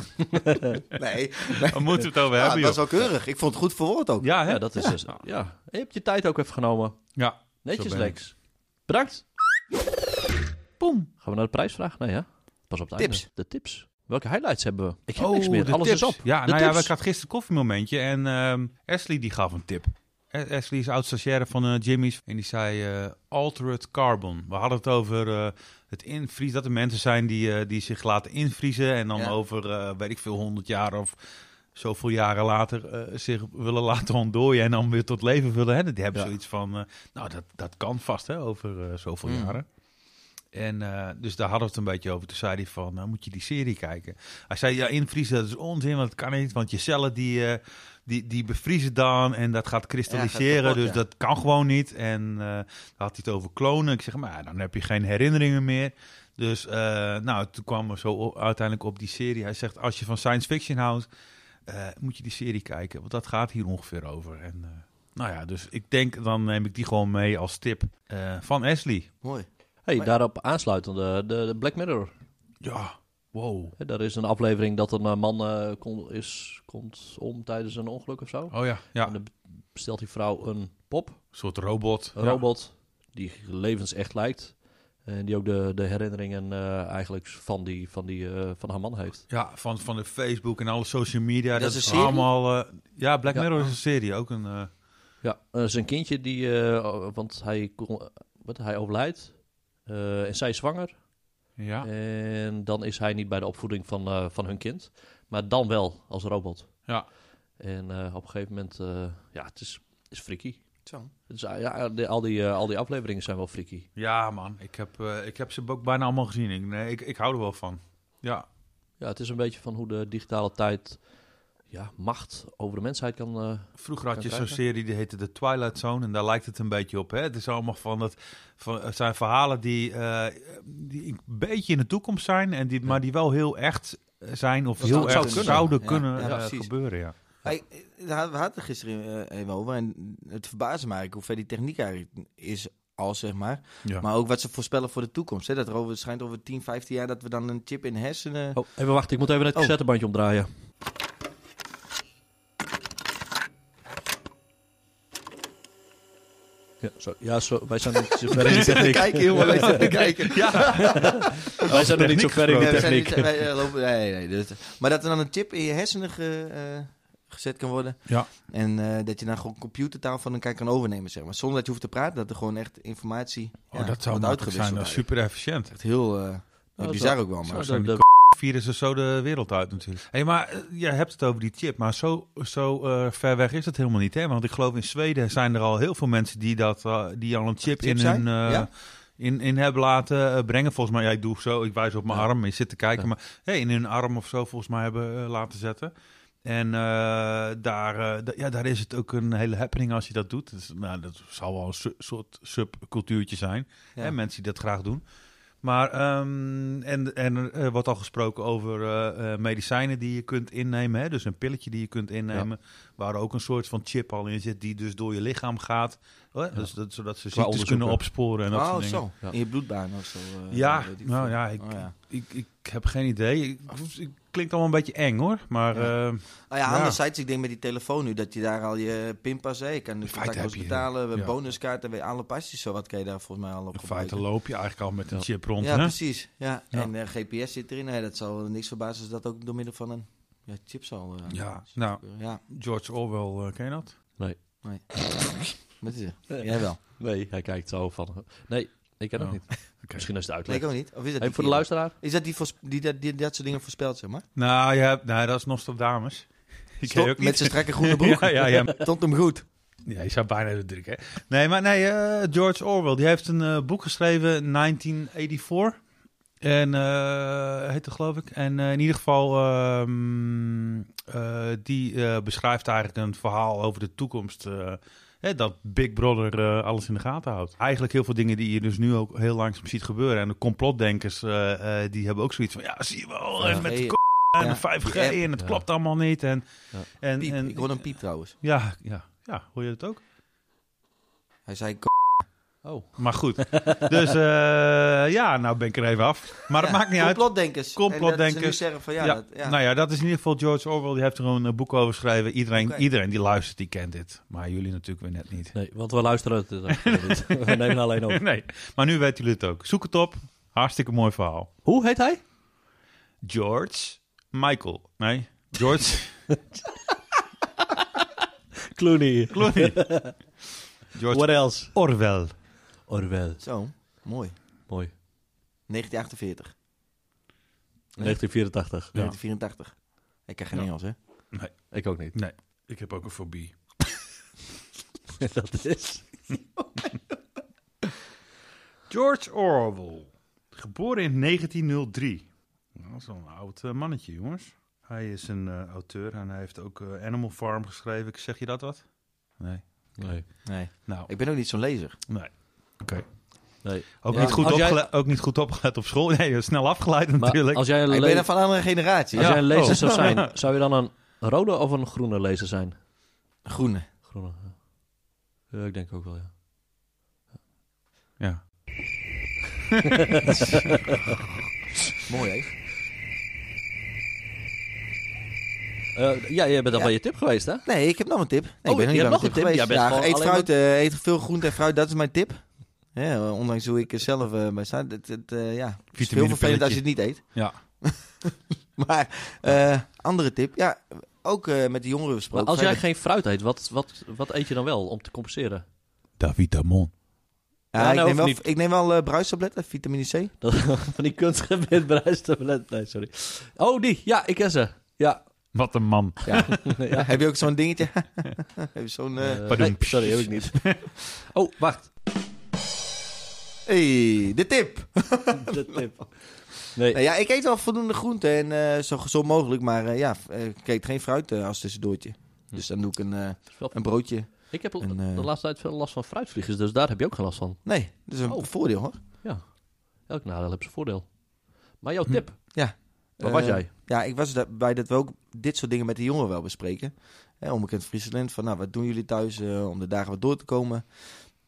Nee. waar moeten we het over Ja, hebben, dat joh? was wel keurig. Ik vond het goed verwoord ook. Ja, hè? Ja, dat is dus. Ja. Je hebt je tijd ook even genomen. Ja. Netjes, Zo ben ik. Lex. Bedankt. Boom. Gaan we naar de prijsvraag? Nee, ja. Pas op de Tips. De tips. Welke highlights hebben we? Ik heb niks meer. Oh, de Alles tips. is op. Ja, de nou ja, tips. ik had gisteren een koffiemomentje en ehm Ashley die gaf een tip. A- Ashley is oud stagiaire van eh, Jimmy's en die zei eh, altered carbon. We hadden het over eh, het invriezen, dat er mensen zijn die, eh, die zich laten invriezen en dan Ja. over, eh, weet ik veel, honderd jaar of zoveel jaren later eh, zich willen laten ontdooien en dan weer tot leven willen. Hè? Die hebben Ja. zoiets van, eh, nou dat, dat kan vast hè, over eh, zoveel Mm. jaren. En eh, dus daar hadden we het een beetje over. Toen zei hij van, nou moet je die serie kijken. Hij zei, ja, invriezen dat is onzin, want dat kan niet. Want je cellen die, eh, die, die bevriezen dan en dat gaat kristalliseren. kapot, dus ja. dat kan gewoon niet. En eh, daar had hij het over klonen. Ik zeg, maar ja, dan heb je geen herinneringen meer. Dus eh, nou, toen kwamen we zo o- uiteindelijk op die serie. Hij zegt, als je van science fiction houdt, eh, moet je die serie kijken. Want dat gaat hier ongeveer over. En, eh, nou ja, dus ik denk, dan neem ik die gewoon mee als tip eh, van Ashley. Mooi. Hey, daarop aansluitend eh, de, de Black Mirror. Ja, wow. Hè, Daar is een aflevering dat een eh, man eh, kon, is, komt om tijdens een ongeluk of zo. Oh ja, ja. En Een dan bestelt die vrouw een pop, soort robot. een robot, die levensecht lijkt. En die ook de, de herinneringen eh, eigenlijk van, die, van, die, eh, van haar man heeft. Ja, van, van de Facebook en alle social media. Dat Dat, is is een serie? allemaal... eh, ja, Black Ja. Mirror is een serie. Ook een... eh, Ja, eh, zijn kindje, die, eh, want hij, kon- wat, hij overlijdt. Eh, en zij is zwanger. ja. En dan is hij niet bij de opvoeding van, eh, van hun kind. Maar dan wel als robot. Ja. En eh, op een gegeven moment, eh, ja, het is, is freaky. Zo. Het is, eh, ja, de- al, die, eh, al die afleveringen zijn wel freaky. ja, man. Ik heb, eh, ik heb ze ook bijna allemaal gezien. Ik, nee, ik, ik hou er wel van. Ja. Ja, het is een beetje van hoe de digitale tijd ja, macht over de mensheid kan. eh, Vroeger had Kan je zo'n krijgen. serie die heette The Twilight Zone en daar lijkt het een beetje op. Hè? Het is allemaal van dat, van, het zijn verhalen die, eh, die een beetje in de toekomst zijn, en die, maar die wel heel echt zijn of Dat heel zou echt kunnen. zouden Ja, kunnen ja, eh, precies. gebeuren. Ja. Hey, eh, daar hadden- we hadden het gisteren eh, even over. En het verbaasde me eigenlijk hoe ver die techniek eigenlijk is al, zeg maar. Ja. Maar ook wat ze voorspellen voor de toekomst. Hè? Dat er over, schijnt over 10, 15 jaar dat we dan een chip in hersenen... Oh, even wachten, ik moet even het Oh. cassettebandje omdraaien. Ja, zo, ja zo, wij zijn nog niet zo ver in die techniek. Kijk, jongen, wij zitten te kijken. Wij zijn nog niet zo ver in die Ja, we zijn techniek. niet- wij, eh, lopen- nee, nee, dus- maar dat er dan een chip in je hersenen ge- eh, gezet kan worden. Ja. En eh, dat je dan gewoon computertaal van elkaar kan overnemen, zeg maar. Zonder dat je hoeft te praten, dat er gewoon echt informatie Oh, ja, dat zou wordt makkelijk zijn. uitgewisseld. Dat is eigenlijk. super efficiënt. Echt heel eh, dat bizar zou- ook wel, Oh, maar... zou- de- virus of zo de wereld uit natuurlijk. Hey, maar eh, jij hebt het over die chip, maar zo, zo eh, ver weg is het helemaal niet. Hè? Want ik geloof in Zweden zijn er al heel veel mensen die, dat, eh, die al een chip, Chip in, hun, zijn? eh, Ja. in, in hebben laten eh, brengen. Volgens mij, ja, ik doe zo, ik wijs op mijn Ja. arm, je zit te kijken, Ja. maar hey, in hun arm of zo volgens mij hebben eh, laten zetten. En eh, daar, eh, da- ja, daar is het ook een hele happening als je dat doet. Dus, nou, dat zal wel een su- soort subcultuurtje zijn. Ja. Hè, mensen die dat graag doen. Maar, ehm, en, en er eh, wordt al gesproken over eh, eh, medicijnen die je kunt innemen. Hè? Dus een pilletje die je kunt innemen. Waar ook een soort van chip al in zit die dus door je lichaam gaat. Hè? Dus dat, zodat ze ziektes onderzoeken. kunnen opsporen en dat oh, soort dingen. zo. Ja. In je bloedbaan of zo. eh, Ja, weet ik nou veel. ja, ik- Oh, ja. Ik, ik heb geen idee. Ik, ik- klinkt allemaal een beetje eng hoor. Maar Ja. eh, Nou ja, Ja. anderzijds, ik denk met die telefoon nu dat je daar al je pinpas, hè, je kan nu feite contactloos heb je- betalen, we ja. bonuskaarten, we alle pasjes, zo wat kan je daar volgens mij al op in feite gebruiken. loop je eigenlijk al met een Ja. chip rond. Ja, hè? precies. Ja. Ja. En eh, GPS zit erin, hè, dat zal niks verbazen als dat ook door middel van een ja, chip zal. eh, Ja, zal nou, gebeuren. Ja, George Orwell, eh, ken je dat? dat is het. Jij wel. Nee, hij kijkt zo van... Nee, ik ken Oh, het niet. Misschien is het Nee, uitleg. ik ook niet. Of is dat die Hey, voor de vier? luisteraar. Is dat die, voorsp- die, dat die dat soort dingen voorspelt, zeg maar? Nou, je hebt, nou, dat is Nostradamus. Die ken je ook Stop met niet. zijn strakke groene broek. Ja, ja, ja. Stond hem goed. Ja, je zou bijna de druk, hè? Nee, maar nee, eh, George Orwell, die heeft een eh, boek geschreven, 1984. En eh heet het, geloof ik. En eh, in ieder geval, ehm, eh, die eh, beschrijft eigenlijk een verhaal over de toekomst. eh, hè, dat Big Brother eh, alles in de gaten houdt. Eigenlijk heel veel dingen die je dus nu ook heel langzaam ziet gebeuren. En de complotdenkers, eh, eh, die hebben ook zoiets van, ja, zie je wel, en met de k- en Ja, de 5G, die app. en het Ja. klopt allemaal niet. En, Ja. en, Piep. en- Ik hoor een piep trouwens. Ja, ja, ja, hoor je dat ook? Hij zei k- Oh, Maar goed. Dus eh, ja, nou ben ik er even af. Maar het Ja, maakt niet uit. Complotdenkers. En dat ze nu Complotdenkers. zeggen van ja, Ja, dat- ja. Nou ja, dat is in ieder geval George Orwell. Die heeft er gewoon een eh, boek over geschreven. Iedereen, Oké. iedereen die luistert, die kent dit. Maar jullie natuurlijk weer net niet. nee, want we luisteren het eh, niet. We nemen alleen op. Nee, maar nu weten jullie het ook. Zoek het op. Hartstikke mooi verhaal. Hoe heet hij? George Michael. Nee, George Clooney. Clooney. George What else? Orwell. Orwell. Zo, mooi. Mooi. 1948, 1984. 1984. Ik ken geen Ja. Engels, hè? Ik ook niet. Ik heb ook een fobie. dat is... George Orwell. Geboren in 1903. Nou, dat is wel een oud eh, mannetje, jongens. Hij is een eh, auteur en hij heeft ook eh, Animal Farm geschreven. Ik- Zeg je dat wat? Nee. Nee. Nee. Nou, Ik ben ook niet zo'n lezer. nee. Oké. nee. Ook, Ja, niet goed als jij- opgele- ook niet goed opgelet op school. Nee, je bent snel afgeleid Maar natuurlijk. als jij een, Ik le- ben er van een andere generatie. als Ja. jij een lezer zou oh. zijn, zou je dan een rode of een groene lezer zijn? Groene. Groene. ja. Ja, ik denk ook wel, ja. Ja. Mooi, hè? Eh, ja, jij bent al Ja. bij je tip geweest, hè? Nee, ik heb nog een tip. Nee, ik Oh, ben nog je hebt niet nog nog een een tip tip? Jij geweest. bent Ja, gewoon eet alleen fruit, eh, eet veel groente en fruit. Dat is mijn tip. Ja, ondanks hoe ik er zelf eh, bij sta. Het, het, eh, ja, het is heel vervelend Vitaminepilletje. als je het niet eet. Ja. Maar, eh, andere tip. Ja, ook eh, met de jongeren Maar besproken. als jij Zijn geen fruit eet, wat, wat, wat eet je dan wel om te compenseren? Davitamon. dat- Ja, Ja, ik, nou, neem of wel, niet. ik neem wel eh, bruistabletten, vitamine C. Dat, van die kunstgebit bruistablet. Nee, sorry. Oh, die. Ja, ik ken ze. Ja. Wat een man. Ja. ja. Heb je ook zo'n dingetje? Heb je zo'n... eh, Eh, pardon. nee, sorry, heb ik niet. Oh, wacht. hey, de tip! De tip. Nee. Nou ja, ik eet wel voldoende groente en eh, zo gezond mogelijk. Maar eh, ja, eh, ik eet geen fruit eh, als tussendoortje. Dus dan doe ik een, eh, Hm. is wel- een broodje. Ik heb En, eh, de laatste tijd veel last van fruitvliegers, dus daar heb je ook geen last van. Nee, dat is een Oh. voordeel hoor. Elk nadeel heeft zijn voordeel. Maar jouw tip, waar Hm. Eh, was jij? Ja, ik was daarbij dat we ook dit soort dingen met de jongeren wel bespreken. Hè, onbekend Friesland, van nou, wat doen jullie thuis eh, om de dagen wat door te komen?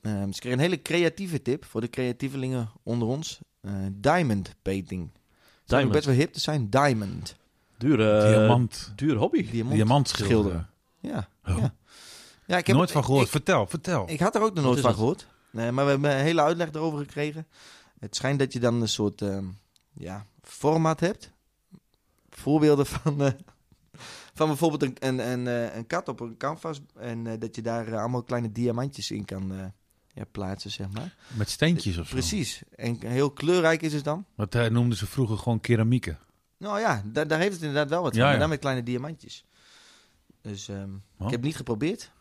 Ehm dus ik kreeg een hele creatieve tip voor de creatievelingen onder ons. Eh, diamond painting. Dat is Diamond. best wel hip te zijn. Diamond. Eh, Dure, Diamant. eh, duur hobby. Diamant. Diamant schilderen. Ja. Oh. ja. ja ik Nooit van gehoord. ik- vertel, vertel. Ik had er ook nog Wat nooit is van dat? gehoord. Nee, maar we hebben een hele uitleg erover gekregen. Het schijnt dat je dan een soort ehm, ja, formaat hebt. Voorbeelden van, eh, van bijvoorbeeld een, een, een, eh, een kat op een canvas. En eh, dat je daar eh, allemaal kleine diamantjes in kan eh, ja, plaatsen, zeg maar. Met steentjes of zo. Precies. En heel kleurrijk is het dan. Want hij noemden ze vroeger gewoon keramieken. Nou ja, daar, daar heeft het inderdaad wel wat van. Ja, Maar ja. dan met kleine diamantjes. Dus ehm, Oh. ik heb het niet geprobeerd.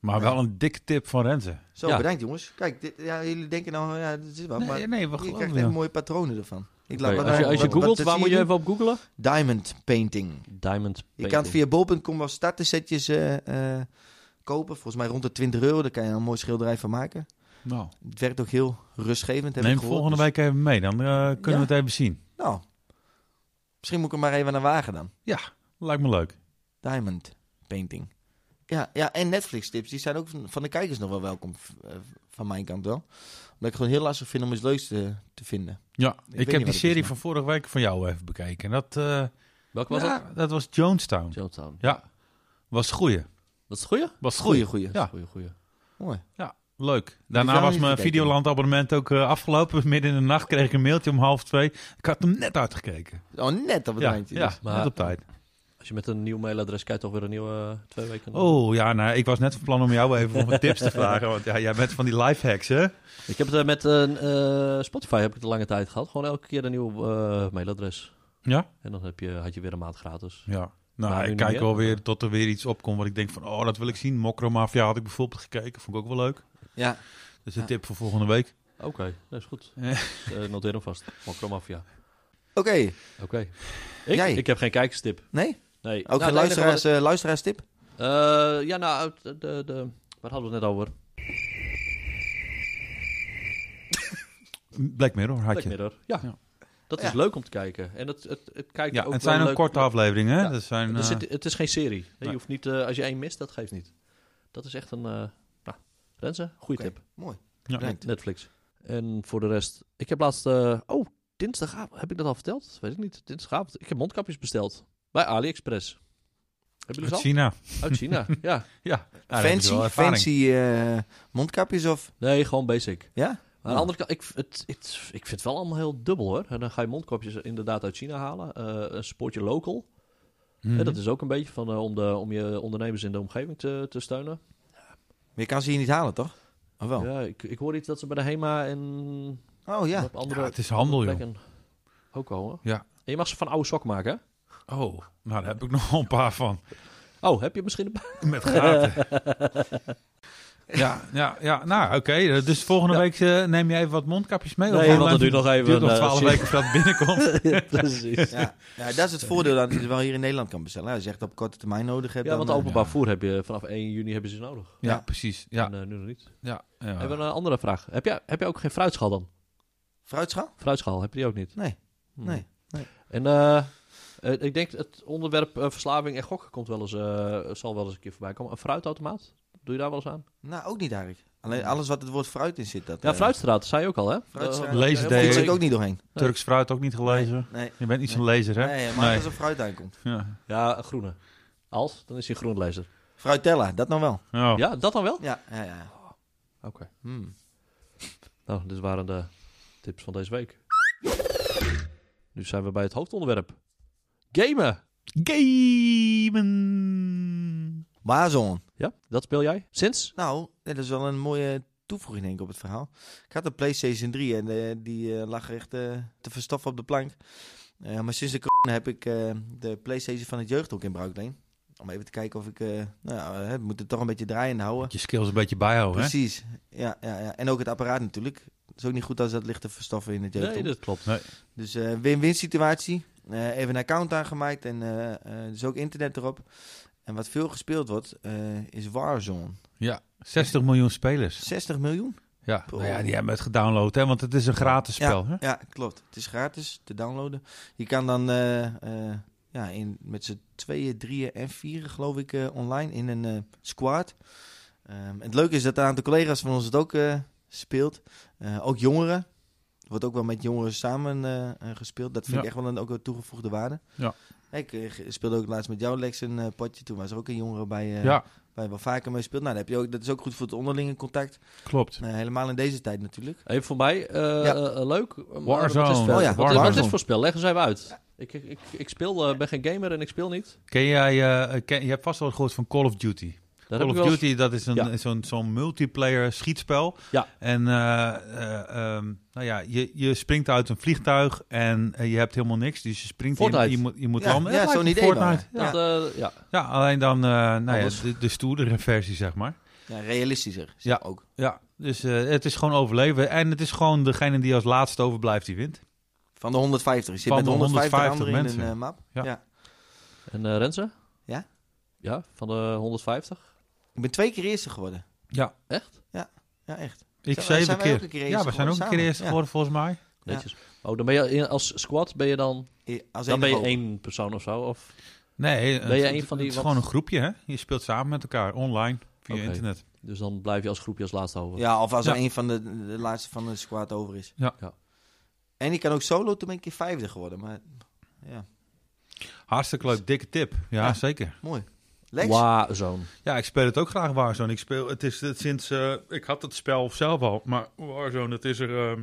Maar wel een dikke tip van Renze. Zo, Ja. bedankt jongens. Kijk, dit, ja, jullie denken nou, ja, dit is wat. maar Nee, nee, we Je geloven krijgt je. echt mooie patronen ervan. Ik laat- Oké, wat- als je, wat- als je wat- googelt, wat- waar zie moet je nu? even op googelen? Diamond painting. Diamond Je painting. kan het via bol.com wel startersetjes eh, eh, kopen. Volgens mij rond de 20 euro. Daar kan je een mooi schilderij van maken. Nou, Het werkt ook heel rustgevend. Heb neem ik gehoord. volgende Dus- week even mee, dan eh, kunnen Ja. we het even zien. nou, misschien moet ik hem maar even naar wagen dan. Lijkt me leuk. Diamond Painting. Ja, ja en Netflix tips. Die zijn ook van- van de kijkers nog wel welkom. v- eh, Van mijn kant wel. Omdat ik het gewoon heel lastig vind om iets leuks te, te vinden. Ja, weet ik, niet heb wat die het serie is, van vorige week van jou even bekeken. En dat, eh, Welke was ja, dat? dat? was Jonestown. Jonestown. Ja, was goeie. Dat is het goeie? Was Goeie, goeie. Ja. Goeie, goeie. Mooi. Leuk. Daarna vrouw was heeft mijn gekeken. Videoland abonnement ook eh, afgelopen. Midden in de nacht kreeg ik een mailtje om half twee. Ik had hem net uitgekeken. Oh, net op het Ja, eindje. ja dus. Maar- net op tijd. Als je met een nieuw mailadres kijkt, toch weer een nieuwe eh, twee weken. Oh ja, nou, ik was net van plan om jou even om wat tips te vragen. Want ja, jij bent van die life hacks, hè? Ik heb het eh, met eh, eh, Spotify heb ik het een lange tijd gehad. Gewoon elke keer een nieuw eh, mailadres. Ja? En dan heb je, had je weer een maand gratis. Ja. Nou, Maar nu ik niet kijk meer. wel weer tot er weer iets opkomt wat ik denk van, oh, dat wil ik zien. Mokromafia had ik bijvoorbeeld gekeken, vond ik ook wel leuk. ja. Dus een Ja. tip voor volgende week. Oké, dat is goed. Eh. Dus, eh, noteer hem vast. Mokromafia. Oké. Oké. Ik? Jij? ik heb geen kijkerstip. Nee? Nee. Ook Nou, geen het enige luisteraars, eh luisteraars tip? wat ik- eh, ja, nou, uit de, de, de- waar hadden we het net over? Black Mirror had Black je. Mirror. Ja. Ja. Dat Ja. is leuk om te kijken. En het, het, het kijkt Ja, ook en het zijn wel ook leuk- korte afleveringen, hè? Ja. Dat zijn, Er eh, zit, het is geen serie. hè. nee. Je hoeft niet, eh, als je één mist, dat geeft niet. Dat is echt een, eh nou, Renze, goede Oké. tip. Mooi. Ja. Bedankt. Netflix. En voor de rest, ik heb laatst, eh, oh, dinsdagavond, heb ik dat al verteld? Weet ik niet, dinsdagavond. Ik heb mondkapjes besteld bij AliExpress. Hebben jullie uit ze China. al? Uit China, ja. Ja. Nou, daar heb je wel fancy ervaring. fancy eh, mondkapjes of... Nee, gewoon basic. Ja? Maar aan de andere kant, ik, het, het- ik vind het wel allemaal heel dubbel hoor. En dan ga je mondkapjes inderdaad uit China halen. eh, een sportje local. Mhm. Hè, dat is ook een beetje van, eh, om, de, om je ondernemers in de omgeving te, te steunen. Maar je kan ze hier niet halen, toch? Of wel? Ja, ik, ik hoor iets dat ze bij de HEMA en Oh ja. op andere Ja, het is handel, joh. plekken ook al hoor. Ja. En je mag ze van oude sokken maken hè? Oh, nou, daar heb ik nog wel een paar van. Oh, heb je misschien een Met gaten. ja, ja, ja, nou oké. Dus volgende Ja. week eh, neem jij even wat mondkapjes mee? Nee, Of hoe want dat lang- duurt nog even, duurt nog eh, 12 shit. weken voordat het binnenkomt. Precies. Ja. ja, dat is het voordeel dat je het wel hier in Nederland kan bestellen. Als je echt op korte termijn nodig hebt... Ja, want dan, eh, openbaar voer heb je vanaf 1 juni hebben ze nodig. Ja, Ja. precies. Ja, En, eh, nu nog niet. ja, ja. Hebben we een andere vraag? Heb jij, heb jij ook geen fruitschaal dan? Fruitschaal? Fruitschaal, heb je die ook niet? Nee. Hmm. Nee. En eh, eh, ik denk het onderwerp eh, verslaving en gokken komt wel eens, eh, zal wel eens een keer voorbij komen. Een fruitautomaat? Doe je daar wel eens aan? Nou, ook niet eigenlijk. Alleen alles wat het woord fruit in zit. Dat, Ja, eh, fruitstraat, zei je ook al, hè? Fruitstraat. Eh, Lezen helemaal deed fiets goed. ik ook niet doorheen. Turks fruit ook niet gelezen. Nee. Je bent niet zo'n lezer, hè? Nee, maar als er fruit aankomt. Ja. Ja, groene. Als, dan is hij groenlezer. Fruitella, dat nou wel. Oh. Ja, dat dan wel? Oké. Ja, ja, ja. Hmm. Nou, dit waren de tips van deze week. Nu zijn we bij het hoofdonderwerp. Gamen! Gamen. Warzone. Ja, dat speel jij? Sinds? Nou, dat is wel een mooie toevoeging denk ik op het verhaal. Ik had een PlayStation 3 en eh, die eh, lag echt eh, te verstoffen op de plank. Eh, maar sinds de corona heb ik eh, de PlayStation van het jeugd ook in bruikleen. Om even te kijken of ik... eh, nou ja, eh, moet het toch een beetje draaiende houden. Je skills een beetje bijhouden, hè? Precies. Ja, ja, ja. En ook het apparaat natuurlijk. Het is ook niet goed als dat ligt te verstoffen in het jeugd. Nee, dat klopt. Nee. Dus eh, win-win situatie. Eh, even een account aangemaakt en eh, eh, dus ook internet erop. En wat veel gespeeld wordt, eh, is Warzone. Ja. 60 miljoen spelers. 60 miljoen? Ja. Boah. Nou ja, die hebben het gedownload, hè? Want het is een gratis spel, hè? Ja, klopt. Het is gratis te downloaden. Je kan dan eh, eh, ja, in, met z'n tweeën, drieën en vieren, geloof ik, eh, online in een eh, squad. Ehm, het leuke is dat een aantal collega's van ons het ook eh, speelt. Eh, ook jongeren. Er wordt ook wel met jongeren samen eh, eh, gespeeld. Dat vind Ja. ik echt wel een, ook een toegevoegde waarde. Ja. Ik eh, speelde ook laatst met jou, Lex, een eh, potje. Toen was er ook een jongere bij, eh, Ja, waar je wel vaker mee speelt. Nou, dan heb je ook, dat is ook goed voor het onderlinge contact. klopt. Eh, helemaal in deze tijd natuurlijk. Even voor mij, eh, Ja. eh, leuk. Maar Wat is, Warzone. het voor- Oh ja, wat, is- wat is Warzone. het voor spel? Leg eens even uit. Ik, ik, ik, ik speel, eh, ben geen gamer en ik speel niet. Ken jij, eh, ken, je hebt vast wel gehoord van Call of Duty. Daar Call heb ik of wel eens- Duty, dat is een, Ja. zo'n, zo'n multiplayer schietspel. Ja. En eh, eh, ehm, nou ja, je, je springt uit een vliegtuig en eh, je hebt helemaal niks. Dus je springt in, Fortnite. je moet, je moet Ja, landen. ja, Het lijkt zo'n op idee wel, Fortnite. ja. Ja. Dat, eh, ja. Ja, alleen dan eh, nou ja, Anders. de, de stoerdere versie, zeg maar. Ja, realistischer. Ja. Ja. Ook. Ja, dus eh, het is gewoon overleven. En het is gewoon degene die als laatste overblijft, die wint. Van de 150. Je zit Van met de 150, 150 anderen in mensen. een eh, map. Ja. Ja. En eh Renze? Ja? Ja, van de 150. Ik ben twee keer eerste geworden. Ja, Echt? Ja, echt. Zijn Ik wij- zeven zijn wij keer. ook een keer ja, eerste we zijn ook een geworden keer samen? eerst Ja. geworden volgens mij. Netjes. Oh, dan ben je in- als squad ben je dan, I- Als dan ben je enige ook. één persoon of zo? Of, Nee, Ben je het- een het- van die het is wat- gewoon een groepje, hè? Je speelt samen met elkaar online via Oké. internet. dus dan blijf je als groepje als laatste over. Ja, of als er Ja. een van de, de laatste van de squad over is. Ja. Ja. En die kan ook solo, toen ben ik een keer vijfde geworden. Maar ja, Hartstikke leuk, dikke tip. Ja, Ja. zeker. mooi. Lex? Warzone. Ja, ik speel het ook graag Warzone. Ik speel het is het sinds eh, ik had het spel zelf al, maar Warzone, dat is er. ehm,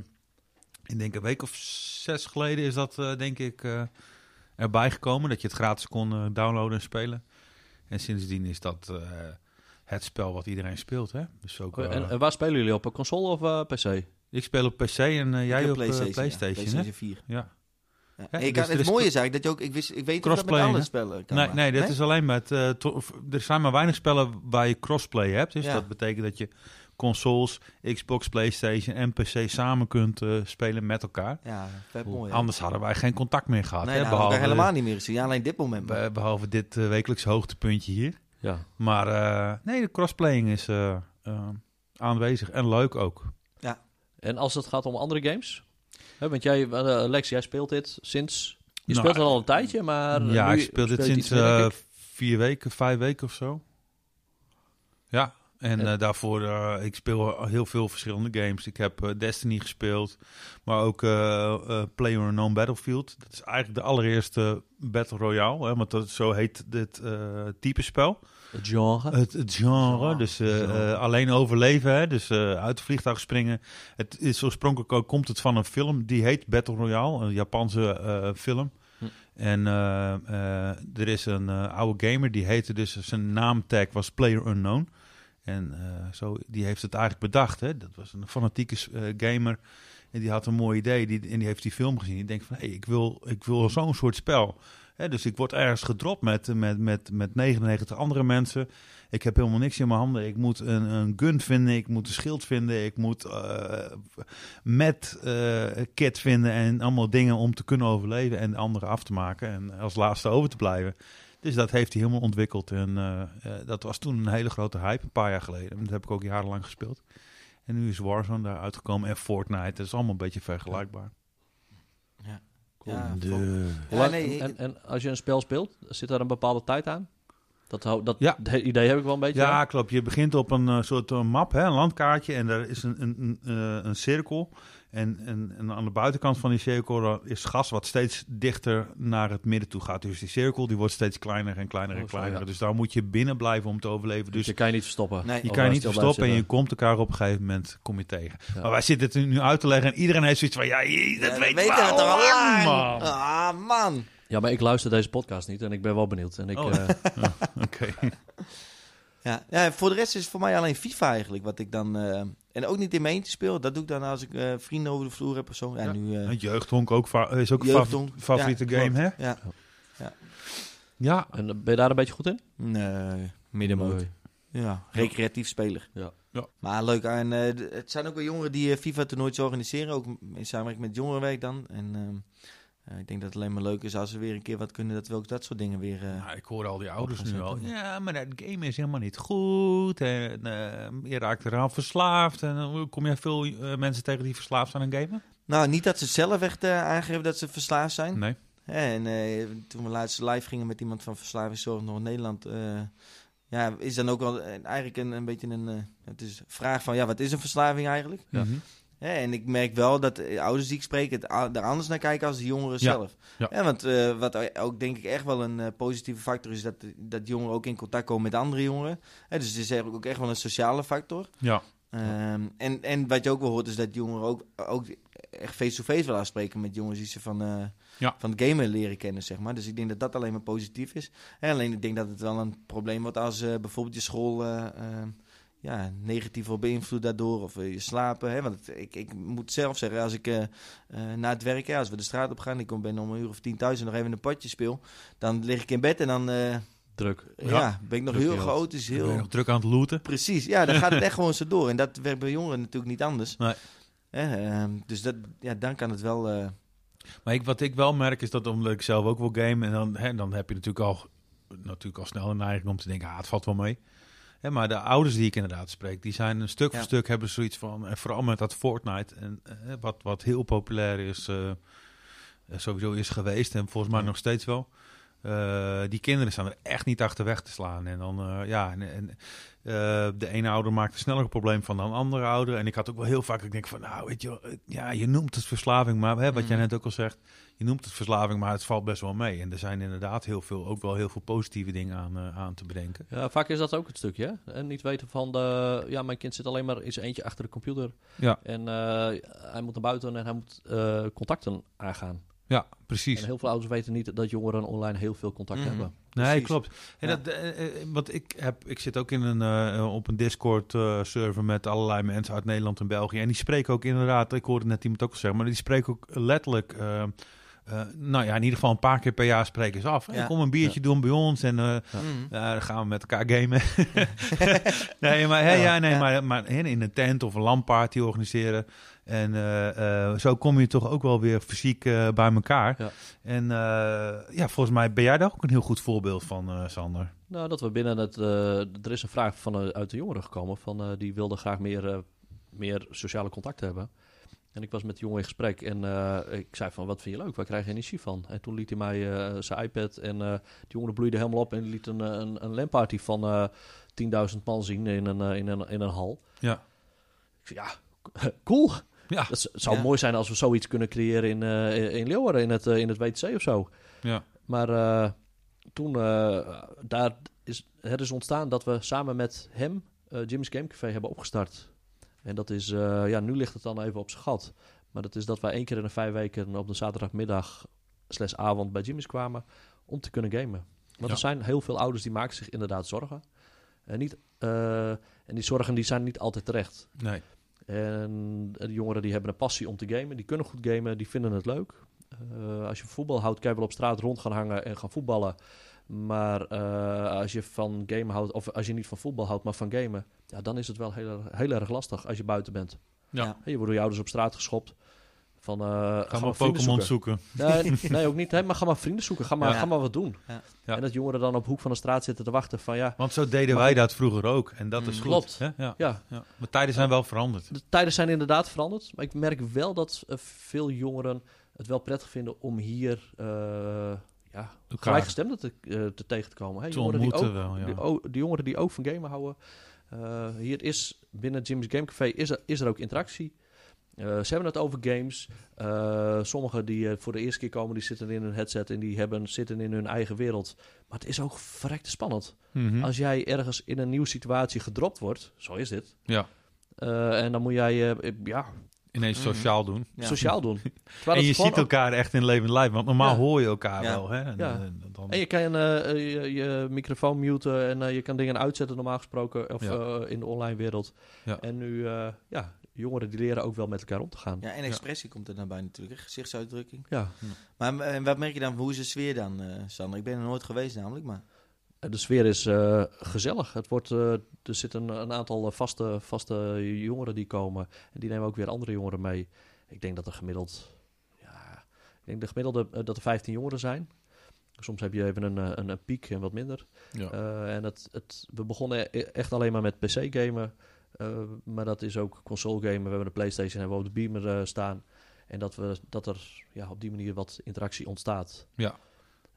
ik denk een week of zes geleden is dat eh, denk ik eh, erbij gekomen dat je het gratis kon eh, downloaden en spelen. En sindsdien is dat eh, het spel wat iedereen speelt, hè? Dus Oh, ook. eh, En, en waar spelen jullie op? Een console of eh, PC? ik speel op PC en eh, jij Ik op heb eh, PlayStation. ja. hè? PlayStation 4. Ja. Ja. Hè, En ik dus had- er het is mooie is eigenlijk dat je ook, ik, wist, ik weet niet of dat met Crossplay, alle hè? spelen kan. Nee, maar- nee, dat is alleen met. eh, to- of- er zijn maar weinig spellen waar je crossplay hebt. Dus Ja. dat betekent dat je consoles, Xbox, PlayStation en PC samen kunt eh, spelen met elkaar. Ja, vet mooi. hè? Anders hadden wij geen contact meer gehad. nee, hè, nou, behalve, elkaar helemaal niet meer gezien. Ja, alleen dit moment. maar- be- behalve dit eh, wekelijks hoogtepuntje hier. Ja. Maar eh, nee, de crossplaying is eh, eh, aanwezig en leuk ook. En als het gaat om andere games? Hè, want jij, eh, Lex, jij speelt dit sinds... Je Nou, speelt het al een tijdje, maar... eh, ja, nu ik speel dit je sinds iets meer, denk eh, ik. vier weken, vijf weken of zo. Ja, en Ja. eh, daarvoor, eh, ik speel heel veel verschillende games. Ik heb eh, Destiny gespeeld, maar ook eh eh Player Unknown Battlefield. Dat is eigenlijk de allereerste Battle Royale, hè, want dat, zo heet dit eh, type spel. Het genre. Het, het genre, Genre. dus eh, Genre. eh, alleen overleven, hè, dus eh, uit het vliegtuig springen. Het is oorspronkelijk ook, komt het van een film, die heet Battle Royale, een Japanse eh, film. Hm. En eh, eh, er is een eh, oude gamer, die heette dus, zijn naamtag was Player Unknown. En eh, zo, die heeft het eigenlijk bedacht. Hè? Dat was een fanatieke eh, gamer. En die had een mooi idee. Die, en die heeft die film gezien. Die denkt van, hé, ik wil, ik wil zo'n soort spel. Hè, dus ik word ergens gedropt met, met, met, met 99 andere mensen. Ik heb helemaal niks in mijn handen. Ik moet een, een gun vinden. Ik moet een schild vinden. Ik moet eh met eh, kit vinden. En allemaal dingen om te kunnen overleven. En de anderen af te maken. En als laatste over te blijven. Dus dat heeft hij helemaal ontwikkeld. En eh, eh, dat was toen een hele grote hype, een paar jaar geleden. Dat heb ik ook jarenlang gespeeld. En nu is Warzone daar uitgekomen en Fortnite. Dat is allemaal een beetje vergelijkbaar. ja, Hoe Ja, lang- nee, en, en als je een spel speelt, zit daar een bepaalde tijd aan? Dat, hou- dat Ja. he- idee heb ik wel een beetje. Ja, klopt. Je begint op een eh, soort eh, map, hè, een landkaartje. En daar is een, een, een, eh, een cirkel. En, en, en aan de buitenkant van die cirkel eh, is gas wat steeds dichter naar het midden toe gaat. Dus die cirkel die wordt steeds kleiner en kleiner en Oh, zo, kleiner. ja. Dus daar moet je binnen blijven om te overleven. Dus Dus je kan je niet verstoppen. Nee. Je Of kan je eh, niet stil blijven verstoppen en je zitten. komt elkaar op een gegeven moment kom je tegen. Ja. Maar wij zitten het nu uit te leggen en iedereen heeft zoiets van... Ja, je- dat Ja, weten weten we we toch al al lang. lang, man. Ah, man. Ja, maar ik luister deze podcast niet en ik ben wel benieuwd. En ik, Oh. eh, Oké. Ja. ja, en voor de rest is het voor mij alleen FIFA eigenlijk. Wat ik dan. eh, en ook niet in mijn eentje speel. Dat doe ik dan als ik eh, vrienden over de vloer heb of zo. Ja, Ja. nu. eh, Een Jeugdhonk ook va- is ook een favor- Jeugdhonk, favoriete ja, game, klopt. hè? ja. Ja. en ben je daar een beetje goed in? Nee, middenmoot. Mooi. Ja, recreatief speler. Ja. Ja. Maar leuk. En eh, d- het zijn ook wel jongeren die FIFA-toernooitjes organiseren. Ook m- in samenwerking met jongerenwerk dan. En ehm, eh, ik denk dat het alleen maar leuk is als we weer een keer wat kunnen. Dat we ook dat soort dingen weer... eh, Nou, ik hoor al die ouders Op gaan nu al. zetten. Ja, maar dat game is helemaal niet goed. En, eh, je raakt eraan verslaafd. En eh, kom jij veel eh, mensen tegen die verslaafd zijn aan gamen? Nou, niet dat ze zelf echt eh, aangeven dat ze verslaafd zijn. Nee. En eh, toen we laatst live gingen met iemand van Verslavingszorg nog in Nederland... eh, ja, is dan ook wel eh, eigenlijk een, een beetje een... eh, het is een vraag van, ja, wat is een verslaving eigenlijk? Ja. Mhm. Ja, en ik merk wel dat de ouders die ik spreek het a- er anders naar kijken als de jongeren Ja, zelf. ja. want eh, wat ook denk ik echt wel een eh, positieve factor is dat, dat jongeren ook in contact komen met andere jongeren. Hè, dus het is eigenlijk ook echt wel een sociale factor. ja. Ehm, en, en wat je ook wel hoort is dat jongeren ook, ook echt face-to-face willen afspreken met jongens die ze van, eh, Ja. van het gamen leren kennen, zeg maar. Dus ik denk dat dat alleen maar positief is. En alleen ik denk dat het wel een probleem wordt als eh, bijvoorbeeld je school eh, eh, ja, negatief wordt beïnvloed daardoor of eh, je slapen. Hè? Want het- ik, ik moet zelf zeggen, als ik eh, eh, na het werk, hè, als we de straat op gaan, ik kom ben om een uur of tien thuis en nog even een potje speel, dan lig ik in bed en dan eh, Druk. ja. Ja. ben ik nog Druk heel je chaotisch, Dan ben je heel... nog druk aan het looten. Precies, ja, dan gaat het echt gewoon zo door. En dat werkt bij jongeren natuurlijk niet anders. Nee. Hè, ehm, dus dat, ja, dan kan het wel... eh, Maar ik, wat ik wel merk is dat omdat ik zelf ook wil game en dan, hè, dan heb je natuurlijk al, natuurlijk al snel een neiging om te denken, ah, het valt wel mee. Hè, maar de ouders die ik inderdaad spreek, die zijn een stuk Ja. voor stuk hebben zoiets van. En vooral met dat Fortnite, en, eh, wat, wat heel populair is, eh, eh, sowieso is geweest en volgens mij nog steeds wel. Eh, die kinderen staan er echt niet achter weg te slaan. En dan, eh, ja, en, en, eh, de ene ouder maakt er sneller een probleem van dan de andere ouder. En ik had ook wel heel vaak, ik denk van, nou, weet je, wel, eh, ja, je noemt het verslaving, maar hè, wat jij Mhm. net ook al zegt, je noemt het verslaving, maar het valt best wel mee. En er zijn inderdaad heel veel, ook wel heel veel positieve dingen aan, eh, aan te bedenken. Ja, vaak is dat ook het stukje. hè? En niet weten van, de, ja, mijn kind zit alleen maar in zijn eentje achter de computer. Ja. En eh, hij moet naar buiten en hij moet eh, contacten aangaan. Ja, precies. En heel veel ouders weten niet dat jongeren online heel veel contact Mhm. hebben. Nee, Precies. klopt. En Ja. dat, eh, eh, want ik, heb, ik zit ook in een, eh, op een Discord-server met allerlei mensen uit Nederland en België. En die spreken ook inderdaad, ik hoorde net iemand ook al zeggen, maar die spreken ook letterlijk, eh, eh, nou ja, in ieder geval een paar keer per jaar spreken ze af. Hey, Ja. Kom een biertje doen bij ons en eh, Ja. Mhm. ja, dan gaan we met elkaar gamen. nee, maar, hè, ja, nee, Ja. maar, maar hè, in een tent of een lamparty organiseren. En eh, eh, zo kom je toch ook wel weer fysiek eh, bij elkaar. Ja. En eh, ja, volgens mij ben jij daar ook een heel goed voorbeeld van, eh, Sander. Nou, dat we binnen het... eh, er is een vraag van, eh, uit de jongeren gekomen. Van, eh, die wilden graag meer, eh, meer sociale contacten hebben. En ik was met de jongen in gesprek en eh, ik zei van, wat vind je leuk? Waar krijg je energie van? En toen liet hij mij eh, zijn iPad en eh, die jongen bloeide helemaal op... en liet een, eh, een, een LAN-party van eh 10.000 man zien in een, eh, in, een, in een hal. Ja. Ik zei, ja, cool. Ja. Het z- zou Ja. mooi zijn als we zoiets kunnen creëren in, eh, in Leeuwarden, in het, eh, in het WTC of zo. Ja. Maar eh, toen, eh, daar is, het is ontstaan dat we samen met hem eh, Jim's Game Café hebben opgestart. En dat is, eh, ja, nu ligt het dan even op zijn gat. Maar dat is dat wij één keer in de vijf weken op de zaterdagmiddag slash avond bij Jimmy's kwamen om te kunnen gamen. Want Ja. er zijn heel veel ouders die maken zich inderdaad zorgen. En, niet, eh, en die zorgen die zijn niet altijd terecht. Nee. En de jongeren die hebben een passie om te gamen. Die kunnen goed gamen, die vinden het leuk. Eh, als je voetbal houdt, kan je wel op straat rond gaan hangen en gaan voetballen. Maar eh, als je van gamen houdt, of als je niet van voetbal houdt, maar van gamen, ja, dan is het wel heel, erg- heel erg lastig als je buiten bent. Ja. Ja. Je wordt door je ouders op straat geschopt. Van, eh, Ga ga maar vrienden Pokémon zoeken. zoeken. Nee, nee, ook niet. hè, maar ga maar vrienden zoeken. Ga maar, Ja. ga maar wat doen. Ja. Ja. En dat jongeren dan op hoek van de straat zitten te wachten van ja, Want zo deden Maar- wij dat vroeger ook. En dat is Mm. goed. Klopt. hè? Ja. ja, Ja. Maar tijden zijn wel veranderd. De tijden zijn inderdaad veranderd. Maar ik merk wel dat eh, veel jongeren het wel prettig vinden om hier eh ja, gelijkgestemden te, eh, te tegen te komen. Hè, te jongeren die, ontmoeten ook, wel, ja. die, ook- die jongeren die ook van gamen houden. Eh, hier is binnen Jim's Game Café is er, is er ook interactie. Eh, ze hebben het over games. Eh, sommigen die eh, voor de eerste keer komen, die zitten in hun headset en die hebben, zitten in hun eigen wereld. Maar het is ook verrekte spannend. Mhm. Als jij ergens in een nieuwe situatie gedropt wordt, zo is dit. Ja. Eh, en dan moet jij eh, ja, Ineens Mhm. sociaal doen. Ja. sociaal doen. Terwijl En het je gewoon ziet elkaar echt in leven en lijf. Want normaal Ja. hoor je elkaar Ja. wel. Hè? En, Ja. eh, dan- ook- En je kan eh, eh, je, je microfoon muten en eh, je kan dingen uitzetten normaal gesproken. Of Ja. eh, in de online wereld. Ja. En nu, eh, ja, jongeren die leren ook wel met elkaar om te gaan. Ja. Ja, en expressie komt er dan bij natuurlijk, hè, gezichtsuitdrukking. Ja. Maar eh, en wat merk je dan, hoe is de sfeer dan, eh, Sander? Ik ben er nooit geweest namelijk, maar... En De sfeer is eh, gezellig. Het wordt, eh, er zitten een, een aantal eh, vaste, vaste jongeren die komen. En die nemen ook weer andere jongeren mee. Ik denk dat er gemiddeld... Ja, ik denk de gemiddelde, eh, dat er 15 jongeren zijn. Soms heb je even een, eh, een, een piek en wat minder. Ja. Eh, en het, het, we begonnen e- echt alleen maar met PC-gamen. Eh, maar dat is ook console-gamen. We hebben de PlayStation hebben we op de beamer eh, staan. En dat, we, dat er ja, op die manier wat interactie ontstaat.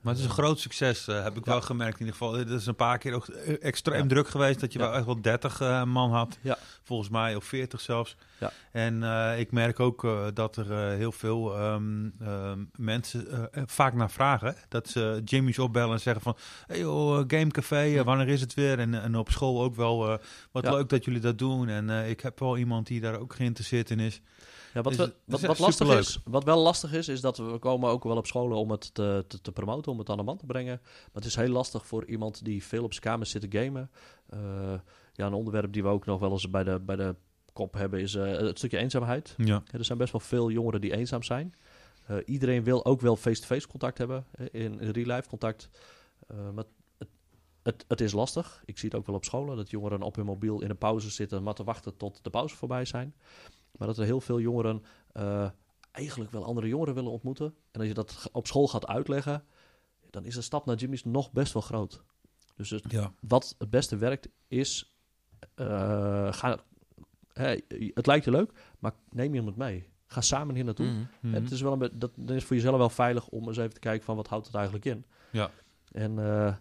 Maar het is een groot succes, eh, heb ik wel gemerkt in ieder geval. Het is een paar keer ook eh, extreem Ja. druk geweest dat je Ja. wel echt wel 30 eh, man had. Ja. Volgens mij, of 40 zelfs. Ja. En eh, ik merk ook eh, dat er eh, heel veel ehm, ehm, mensen eh, eh, vaak naar vragen. Dat ze Jimmy's opbellen en zeggen van... Hey joh, eh, gamecafé, eh, wanneer is het weer? En, en op school ook wel... eh, wat Ja. leuk dat jullie dat doen. En eh, ik heb wel iemand die daar ook geïnteresseerd in is. Ja, wat, Dus we- het- het wat, is wat echt lastig superleuk. is, wat wel lastig is, is dat we komen ook wel op scholen om het te, te, te promoten, om het aan de man te brengen. Maar het is heel lastig voor iemand die veel op zijn kamer zit te gamen. Eh, ja, een onderwerp die we ook nog wel eens bij de, bij de kop hebben is eh, het stukje eenzaamheid. Ja, Ja, er zijn best wel veel jongeren die eenzaam zijn. Eh, iedereen wil ook wel face-to-face contact hebben, eh, in, in real-life contact. Eh, maar het, het, het is lastig. Ik zie het ook wel op scholen, dat jongeren op hun mobiel in de pauze zitten, maar te wachten tot de pauze voorbij zijn. Maar dat er heel veel jongeren eh, eigenlijk wel andere jongeren willen ontmoeten. En als je dat ge- op school gaat uitleggen, dan is de stap naar Jimmy's nog best wel groot. Dus het, ja. wat het beste werkt, is eh, ga, hè, het lijkt je leuk, maar neem iemand mee. Ga samen hier Mm-hmm. naartoe. Mhm. En Het is wel een be- dat, dan is het voor jezelf wel veilig om eens even te kijken van wat houdt het eigenlijk in. Ja. En eh,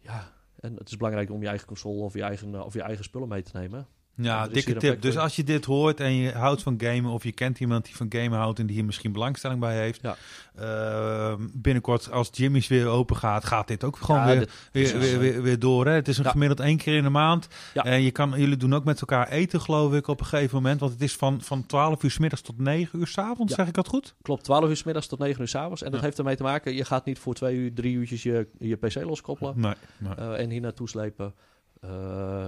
ja, en het is belangrijk om je eigen console of je eigen, eh, of je eigen spullen mee te nemen. Ja, Er is dikke hier een tip. plek Dus voor. als je dit hoort en je houdt van gamen... of je kent iemand die van gamen houdt en die hier misschien belangstelling bij heeft... Ja. ehm, binnenkort als Jimmy's weer open gaat, gaat dit ook gewoon Ja, weer, dit- weer, precies. weer, weer, weer door. Hè? Het is een Ja. gemiddeld één keer in de maand. Ja. En je kan, jullie doen ook met elkaar eten, geloof ik, op een gegeven moment. Want het is van, van 12 uur s middags tot 9 uur s avonds, Ja. zeg ik dat goed? Klopt, 12 uur s middags tot 9 uur s'avonds. En dat Ja. heeft ermee te maken, je gaat niet voor twee uur, drie uurtjes je, je PC loskoppelen Nee. nee. eh, en hier naartoe slepen. Eh,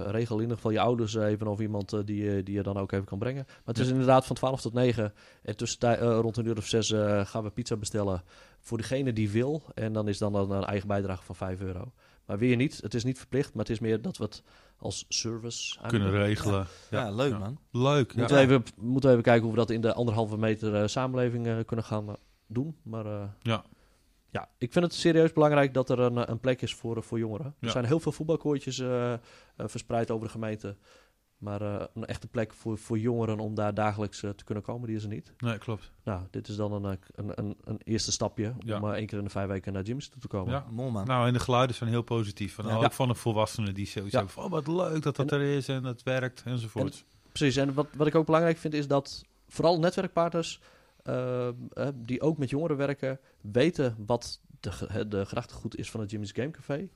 regel in ieder geval je ouders even of iemand eh, die, je- die je dan ook even kan brengen. Maar het is inderdaad van 12 tot 9. En tussen rond een uur of 6 gaan we pizza bestellen voor degene die wil. En dan is dan een, een eigen bijdrage van 5 euro. Maar weer niet, het is niet verplicht, maar het is meer dat we het als service Kunnen aanbieden. regelen. Ja, Ja. leuk Ja. man. Leuk. Ja. Moeten, we even, moeten we even kijken hoe we dat in de anderhalve meter eh, samenleving eh, kunnen gaan eh, doen. Maar eh, Ja. ja, ik vind het serieus belangrijk dat er een, eh, een plek is voor, eh, voor jongeren. Ja. Er zijn heel veel voetbalkooitjes eh, eh, verspreid over de gemeente. Maar eh, een echte plek voor, voor jongeren om daar dagelijks eh, te kunnen komen, die is er niet. Nee, klopt. Nou, dit is dan een, eh, een, een, een eerste stapje om Ja. eh, één keer in de vijf weken naar gyms toe te komen. Ja. Mol man. Nou, en de geluiden zijn heel positief. En Ja. ook Ja. van de volwassenen die zoiets Ja. hebben van... oh, wat leuk dat dat er is en dat werkt enzovoort. Precies, en wat, wat ik ook belangrijk vind is dat vooral netwerkpartners eh, eh, die ook met jongeren werken, weten wat de, ge- hè, de gedachtegoed is van het Jimmy's Game Café.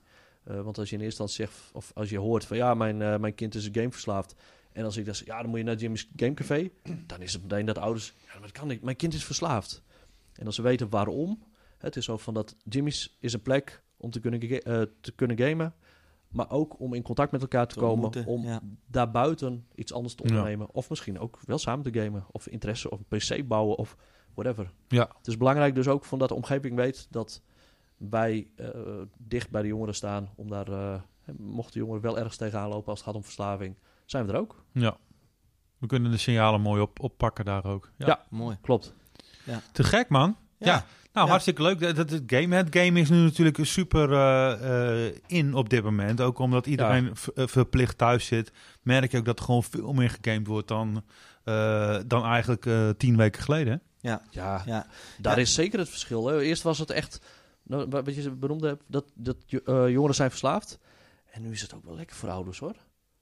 Eh, want als je in eerste instantie zegt, of als je hoort van ja, mijn, eh, mijn kind is gameverslaafd. En als ik dan zeg, ja, dan moet je naar Jimmy's Game Café. Dan is het meteen dat ouders, ja, maar dat kan niet, mijn kind is verslaafd. En als ze weten waarom, het is zo van dat Jimmy's is een plek om te kunnen, ga- eh, te kunnen gamen. Maar ook om in contact met elkaar te, Te komen, ontmoeten, om ja. daarbuiten iets anders te Ja. ondernemen. Of misschien ook wel samen te gamen. Of interesse of een PC bouwen of whatever. Ja. Het is belangrijk dus ook van dat de omgeving weet dat wij eh, dicht bij de jongeren staan. Om daar, eh, mochten de jongeren wel ergens tegenaan lopen als het gaat om verslaving, zijn we er ook. Ja. We kunnen de signalen mooi op, oppakken daar ook. Ja. Ja. Mooi. Klopt. Te gek, man. Ja. Nou, Ja. hartstikke leuk. Dat, dat, het game, het game is nu natuurlijk super eh, eh, in op dit moment. Ook omdat iedereen v- eh, verplicht thuis zit. Merk je ook dat er gewoon veel meer gegamed wordt dan, eh, dan eigenlijk eh, tien weken geleden. hè? Ja, Ja. daar Ja. is zeker het verschil. Hè. Eerst was het echt, nou, wa- wat je benoemde hebt, dat, dat jo- eh, jongeren zijn verslaafd. En nu is het ook wel lekker voor ouders hoor.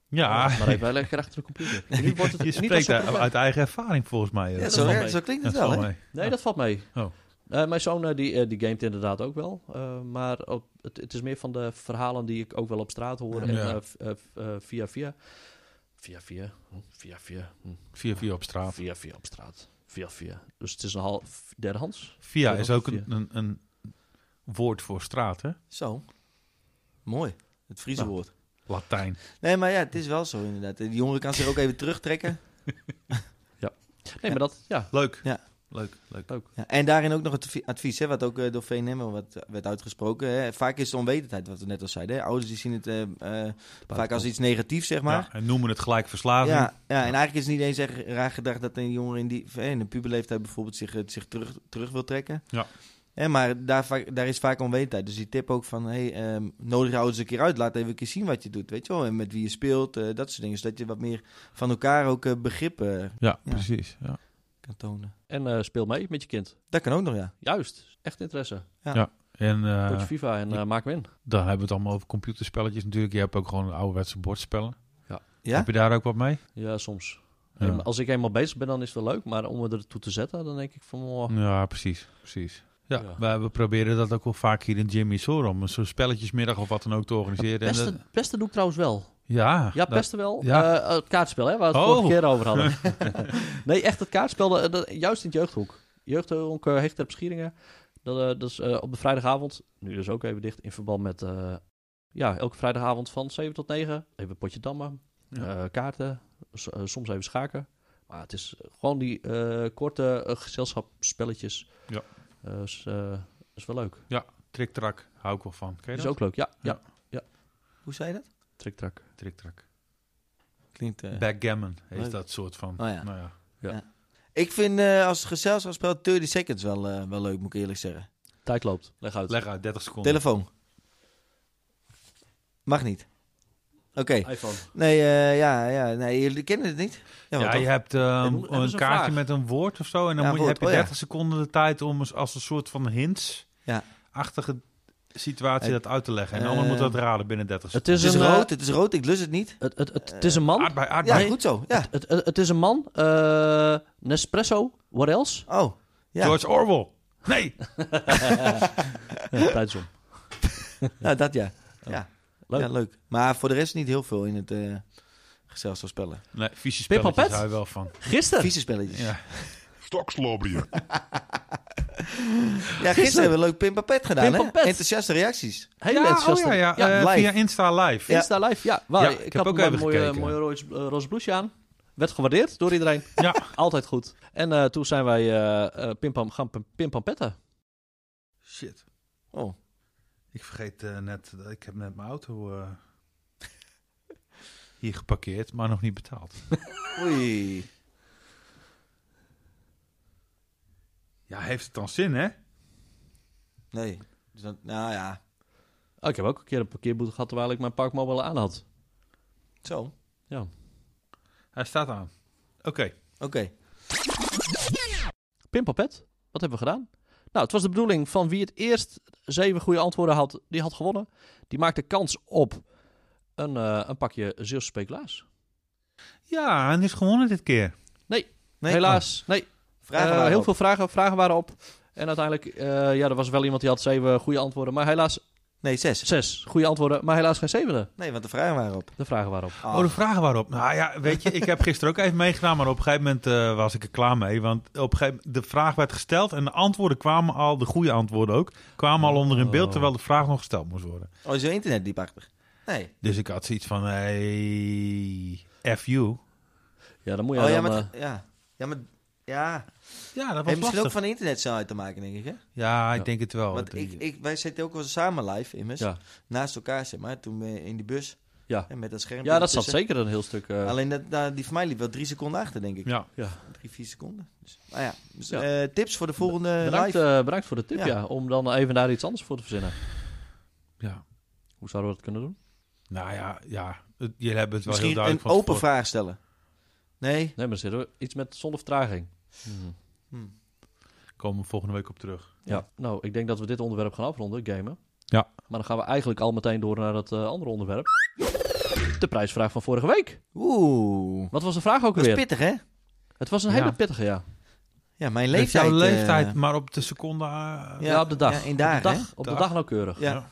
Ja, Maar even lekker achter de computer. Nu wordt het je niet spreekt als een daar probleem. uit eigen ervaring volgens mij. eh. Ja, dat zo, valt werkt- mee. zo klinkt het Dat wel, valt hè? mee. Nee, dat valt mee. Oh. Eh, mijn zoon eh, die, eh, die gamet inderdaad ook wel. Eh, maar op, het, het is meer van de verhalen die ik ook wel op straat hoor. En Ja. eh, v- eh, v- eh, via via. Via via. Hm, Via via. Hm, Via via op straat. Via via op straat. Via via. Dus het is een half derdehands. Via Ja, is dat ook via. een, een, een woord voor straat, hè? Zo. Mooi. Het Friese Nou. woord. Latijn. Nee, maar ja, het is wel zo inderdaad. Die jongeren kan zich ook even terugtrekken. Nee, maar dat, ja. Leuk. Ja. Leuk, leuk. Ja, en daarin ook nog het advie- advies, hè, wat ook eh, door VNM al wat werd uitgesproken. Hè. Vaak is het onwetendheid, wat we net al zeiden. Hè. Ouders die zien het eh, eh, vaak als iets negatiefs, zeg maar. Ja, en noemen het gelijk Ja, verslaving. ja, en eigenlijk is het niet eens echt raar gedacht dat een jongere in, die, eh, in de puberleeftijd bijvoorbeeld zich, eh, zich terug, terug wil trekken. Ja. Hè, maar daar, vaak- daar is vaak onwetendheid. Dus die tip ook van, hey, ehm, nodig je ouders een keer uit. Laat even een keer zien wat je doet, weet je wel. En met wie je speelt, eh, dat soort dingen. Zodat je wat meer van elkaar ook eh, begrip eh, Ja, Ja. precies. Ja. kan tonen. En eh, speel mee met je kind. Dat kan ook nog, ja. Juist. Echt interesse. En Potje eh, FIFA en ik- eh, maak hem in. dan hebben we het allemaal over computerspelletjes natuurlijk. Je hebt ook gewoon ouderwetse bordspellen. Ja? Heb je daar ook wat mee? Ja, soms. Ja, En Als ik eenmaal bezig ben, dan is het wel leuk. Maar om me ertoe te zetten, dan denk ik van... oh, Ja, precies. precies. Ja, Ja. Wij, we proberen dat ook wel vaak hier in Jimmy's hoor. Om zo'n spelletjesmiddag of wat dan ook te organiseren. En pesten, dat- pesten doe ik trouwens wel. ja, Ja, dat- pesten wel. ja. Eh, het kaartspel, hè, waar we het Oh. vorige keer over hadden. nee, echt het kaartspel, eh, dat, juist in het jeugdhoek. Jeugdhoek eh Hechter op Schieringen. Dat, eh, dat is eh, op de vrijdagavond, nu dus ook even dicht, in verband met... eh, ja, elke vrijdagavond van 7 tot 9. Even een potje dammen, Ja. eh, kaarten, s- eh, soms even schaken. Maar het is gewoon die eh, korte eh, gezelschapsspelletjes. Ja. Eh, is, eh, is wel leuk. Triktrak hou ik wel van. Ken je Is dat? ook leuk, ja. ja. Hoe zei je dat? Triktrak. Triktrak. Klinkt... eh, Backgammon heeft Leuk. dat soort van. Oh ja. Nou ja. Ik vind eh, als gezelschapsspel 30 seconds wel, eh, wel leuk, moet ik eerlijk zeggen. Tijd loopt, leg uit. Leg uit, 30 seconden. Telefoon. Mag niet. Oké. iPhone. Nee, eh, ja, ja, nee, jullie kennen het niet. Ja, Ja, want je hebt ehm, hoe- hebben een ze een kaartje vraag? met een woord of zo. En dan Ja, moet je, woord. heb je Oh, ja. 30 seconden de tijd om als, als een soort van Ja. hints-achtige situatie Eh, dat uit te leggen. En de ander eh, moet dat raden binnen 30 Het seconden. het is, is een, rood, eh, het is rood, ik lust het niet. het, het, het, het is een man. Aardbei, Ja, aardbei. goed zo. Ja. Het, het, het is een man. Eh, Nespresso. What else? Oh, ja. George Orwell. Nee, Ja, tijdsom. Nou, dat ja. Ja. Leuk. Leuk. ja, leuk. Maar voor de rest niet heel veel in het eh gezelschap spellen. nee vieze Pip en spelletjes Pet? hou je wel van. Gisteren. Vieze spelletjes. Ja, Ja. Stoksloobrië. gisteren hebben we leuk Pimpapet gedaan, hè? Pimpapet. Enthousiaste reacties. Hele ja, oh enthousiast. ja, ja. Ja, eh, live. via Insta Live. Ja. Insta live. Ja, waar, Ja, ik, ik heb heb ook een even mooie, gekeken. mooie roze, eh, roze blouse aan. Werd gewaardeerd door iedereen. Altijd goed. En eh, toen zijn wij eh, eh, pimpam, gaan pim- pimpampetten. Shit. Oh, Ik vergeet eh, net, ik heb net mijn auto eh, hier geparkeerd, maar nog niet betaald. oei. Ja, heeft het dan zin, hè? Nee. Dus dat, nou ja, Oh, ik heb ook een keer een parkeerboete gehad terwijl ik mijn parkmobile aan had. zo. Oké. Hij staat aan. Oké. Pimpapet, wat hebben we gedaan? Nou, het was de bedoeling van wie het eerst zeven goede antwoorden had, die had gewonnen. Die maakte kans op een, eh, een pakje Zeeuwse speculaas. Ja, en is gewonnen dit keer. Nee, Oh. Helaas, nee. Vragen Eh, waren heel op. veel vragen, vragen waren op. En uiteindelijk, eh, ja, er was wel iemand die had zeven goede antwoorden, maar helaas Nee, zes. zes goede antwoorden, maar helaas geen zevende. Nee, want de vragen waren op. De vragen waren op. Ah. Oh, de vragen waarop. Nou ja, weet je, ik heb gisteren ook even meegedaan, maar op een gegeven moment eh, was ik er klaar mee. Want op een gegeven moment, de vraag werd gesteld en de antwoorden kwamen al, de goede antwoorden ook, kwamen al onder in beeld, Oh. terwijl de vraag nog gesteld moest worden. Oh, is er internet diepachtig? Nee. Dus ik had zoiets van, hey, F you. Ja, dan moet je oh, ja, maar... dan, eh, het- Ja. Ja, maar... Ja. Ja, dat was Heeft misschien lastig. ook van de internetsnelheid te maken, denk ik, hè? Ja, ik Ja. denk het wel. Want Die- ik, ik, wij zitten ook wel eens samen live, immers. Ja. Naast elkaar, zeg maar. Toen we in die bus. Ja. En met dat scherm. ja, dat zat ertussen. zeker een heel stuk. eh, Alleen dat, nou, die van mij liep wel drie seconden achter, denk ik. Ja. Drie, vier seconden. Dus, nou ja. Dus, Ja. eh, tips voor de volgende bedankt, live. eh, bedankt voor de tip, ja. Ja. Om dan even daar iets anders voor te verzinnen. ja. Hoe zouden we dat kunnen doen? Nou ja, ja. Het- jullie hebben het wel heel Misschien een duidelijk open van tevoren. vraag stellen. Nee? Nee, maar dan zitten we iets met zonder vertraging. Hm. Komen we volgende week op terug. Ja. nou, ik denk dat we dit onderwerp gaan afronden, gamen. Ja. Maar dan gaan we eigenlijk al meteen door naar dat eh, andere onderwerp. De prijsvraag van vorige week. Oeh. Wat was de vraag ook Dat is weer? pittig, hè? Het was een Ja. hele pittige, ja. Ja, mijn Leeftijd, leeftijd. Dus jouw eh, leeftijd, maar op de seconde... eh, Ja, op de dag. Ja, in dagen, op de dag, hè? op de Dag. dag nauwkeurig. Ja.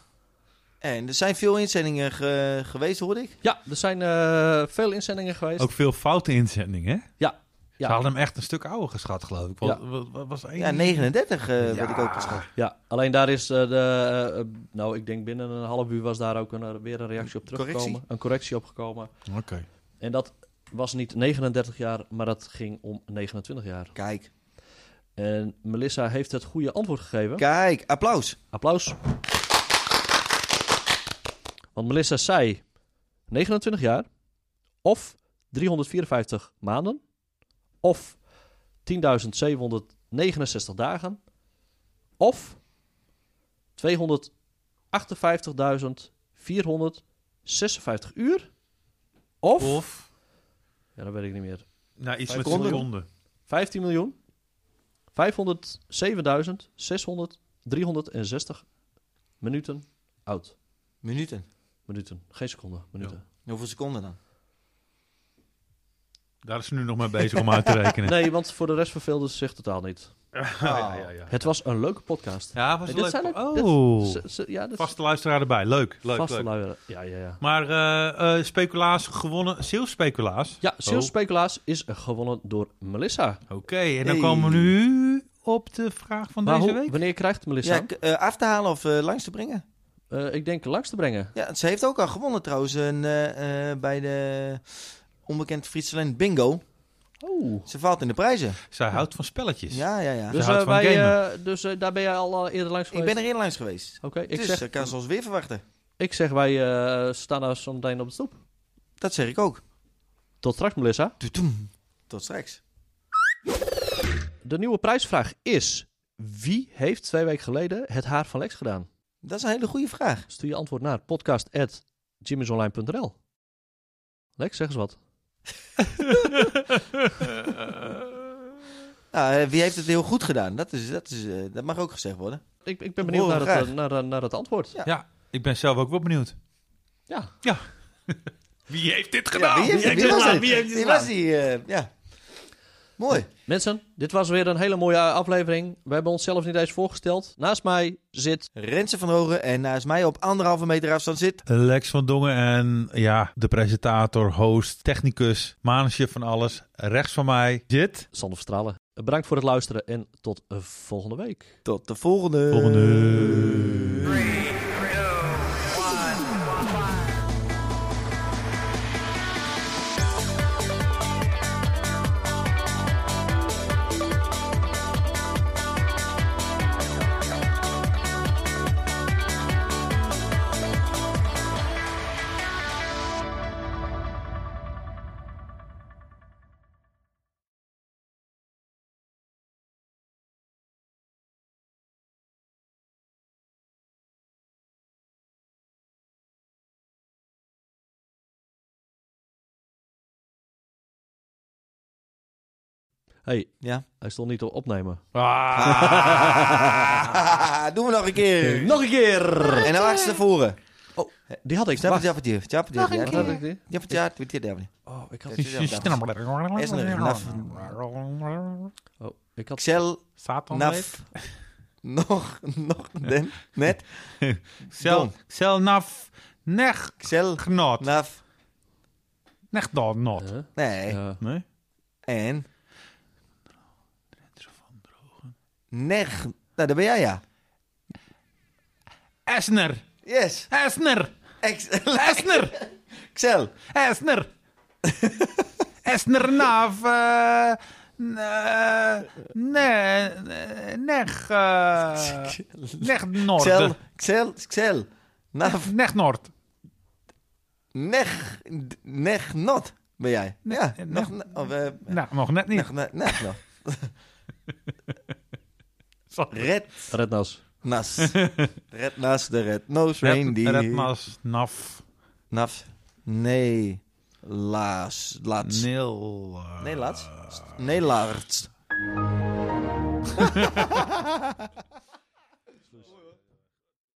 En er zijn veel inzendingen ge- geweest, hoorde ik. Ja, er zijn eh, veel inzendingen geweest. Ook veel foute inzendingen, hè? Ja. Ja. Ze hadden hem echt een stuk ouder geschat, geloof ik. Wat, wat, wat was één? Ja, 39 eh werd ik ook geschat. Ja, alleen daar is eh, de... eh, eh, nou, ik denk binnen een half uur was daar ook een, eh, weer een reactie op teruggekomen. Correctie. Een correctie opgekomen. Oké. En dat was niet 39 jaar, maar dat ging om 29 jaar. Kijk, En Melissa heeft het goede antwoord gegeven. kijk, applaus. Applaus. Want Melissa zei 29 jaar of 354 maanden of 10.769 dagen of 258.456 uur of, Of, ja, dat weet ik niet meer. nou, iets met Seconden. seconden. 15 miljoen 507.600.360 minuten oud. Minuten. Minuten, geen seconden, minuten. Hoeveel seconden dan? Daar is ze nu nog mee bezig om uit te rekenen. Nee, want voor de rest verveelde ze zich totaal niet. ja, ja, ja. Het was een leuke podcast. Ja, was Dit leuk. zijn ook- dit- oh, ze- ze- ja, dat vaste luisteraar erbij. Leuk, leuk, vaste leuk. luier. Ja, ja, ja. Maar eh, eh, speculaas gewonnen, salespeculaas. Ja, salesspeculaas is gewonnen door Melissa. Oké, en dan Hey. komen we nu op de vraag van Maar deze hoe- week. wanneer krijgt Melissa? Ja, hem? k- eh, af te halen of eh, langs te brengen. Eh, ik denk langs te brengen. Ja, ze heeft ook al gewonnen trouwens een, eh, eh, bij de onbekend Friese talent Bingo. Oh. Ze valt in de prijzen. Zij houdt van spelletjes. Ja, ja, ja. Dus, houdt eh, van wij, gamen. eh, dus eh, daar ben jij al eh, eerder langs Ik geweest? ben er langs geweest. Oké, ik, dus zeg, dat kan ze ons weer verwachten. ik zeg wij eh, staan daar zo meteen op de stoep. Dat zeg ik ook. Tot straks, Melissa. Toetoem. Tot straks. De nieuwe prijsvraag is... Wie heeft twee weken geleden het haar van Lex gedaan? Dat is een hele goede vraag. Stuur je antwoord naar podcast.jimmysonline.nl Lex, zeg eens wat. Nou, eh, wie heeft het heel goed gedaan? Dat, is, dat, is, eh, dat mag ook gezegd worden. Ik, ik ben benieuwd Horen naar we het, eh, naar, eh, naar het antwoord. Ja. Ik ben zelf ook wel benieuwd. Ja. Ja. Wie heeft dit gedaan? wie, heeft, wie, dit was gedaan? het? Wie heeft dit Wie gedaan? was die? eh, ja. Mooi. Mensen, dit was weer een hele mooie aflevering. We hebben onszelf niet eens voorgesteld. Naast mij zit... Rensen van Hogen en naast mij op anderhalve meter afstand zit Lex van Dongen en ja, de presentator, host, technicus, manager van alles. Rechts van mij zit... eh, Sander Verstralen. Bedankt voor het luisteren en tot eh, volgende week. Tot de volgende. hey, Ja. hij stond niet op opnemen. Ah. Doen we nog een keer. Nog een keer! En dan achter naar voren. Die had ik. Snap Wacht, het, Jappetje? Jappetje? wat had ik die? Jappetje? Jappetje? Oh, ik had... Kijk. Is er een- Oh, ik had... Xel, Satan weet. Naf. Nog, nog, den, net. Cel, Don. cel, naf, nech, Xel, knot. Naf. Nech, dan, not. Huh? Nee. Ja. Nee? En. Neg. Nou, daar ben jij ja. Esner, Yes. Esner, Ex- Esner, Xel. Esner. Esner, naf, eh, ne- ne- nech, eh, nech, Xel, noord. Xel, Xel. Naf. Nech, noord. Neg, d- neg not ben jij. Ja, eh, nog, nog- of, eh, Nou, nog net niet. neg, ne- neg nog. Sorry. Red Rednas. nas. Red nas, de red nose Red, reindeer. redmas, naf, Naf. Nee. Laas. Laats. Nee, nil. eh, laats. Nee, laarts.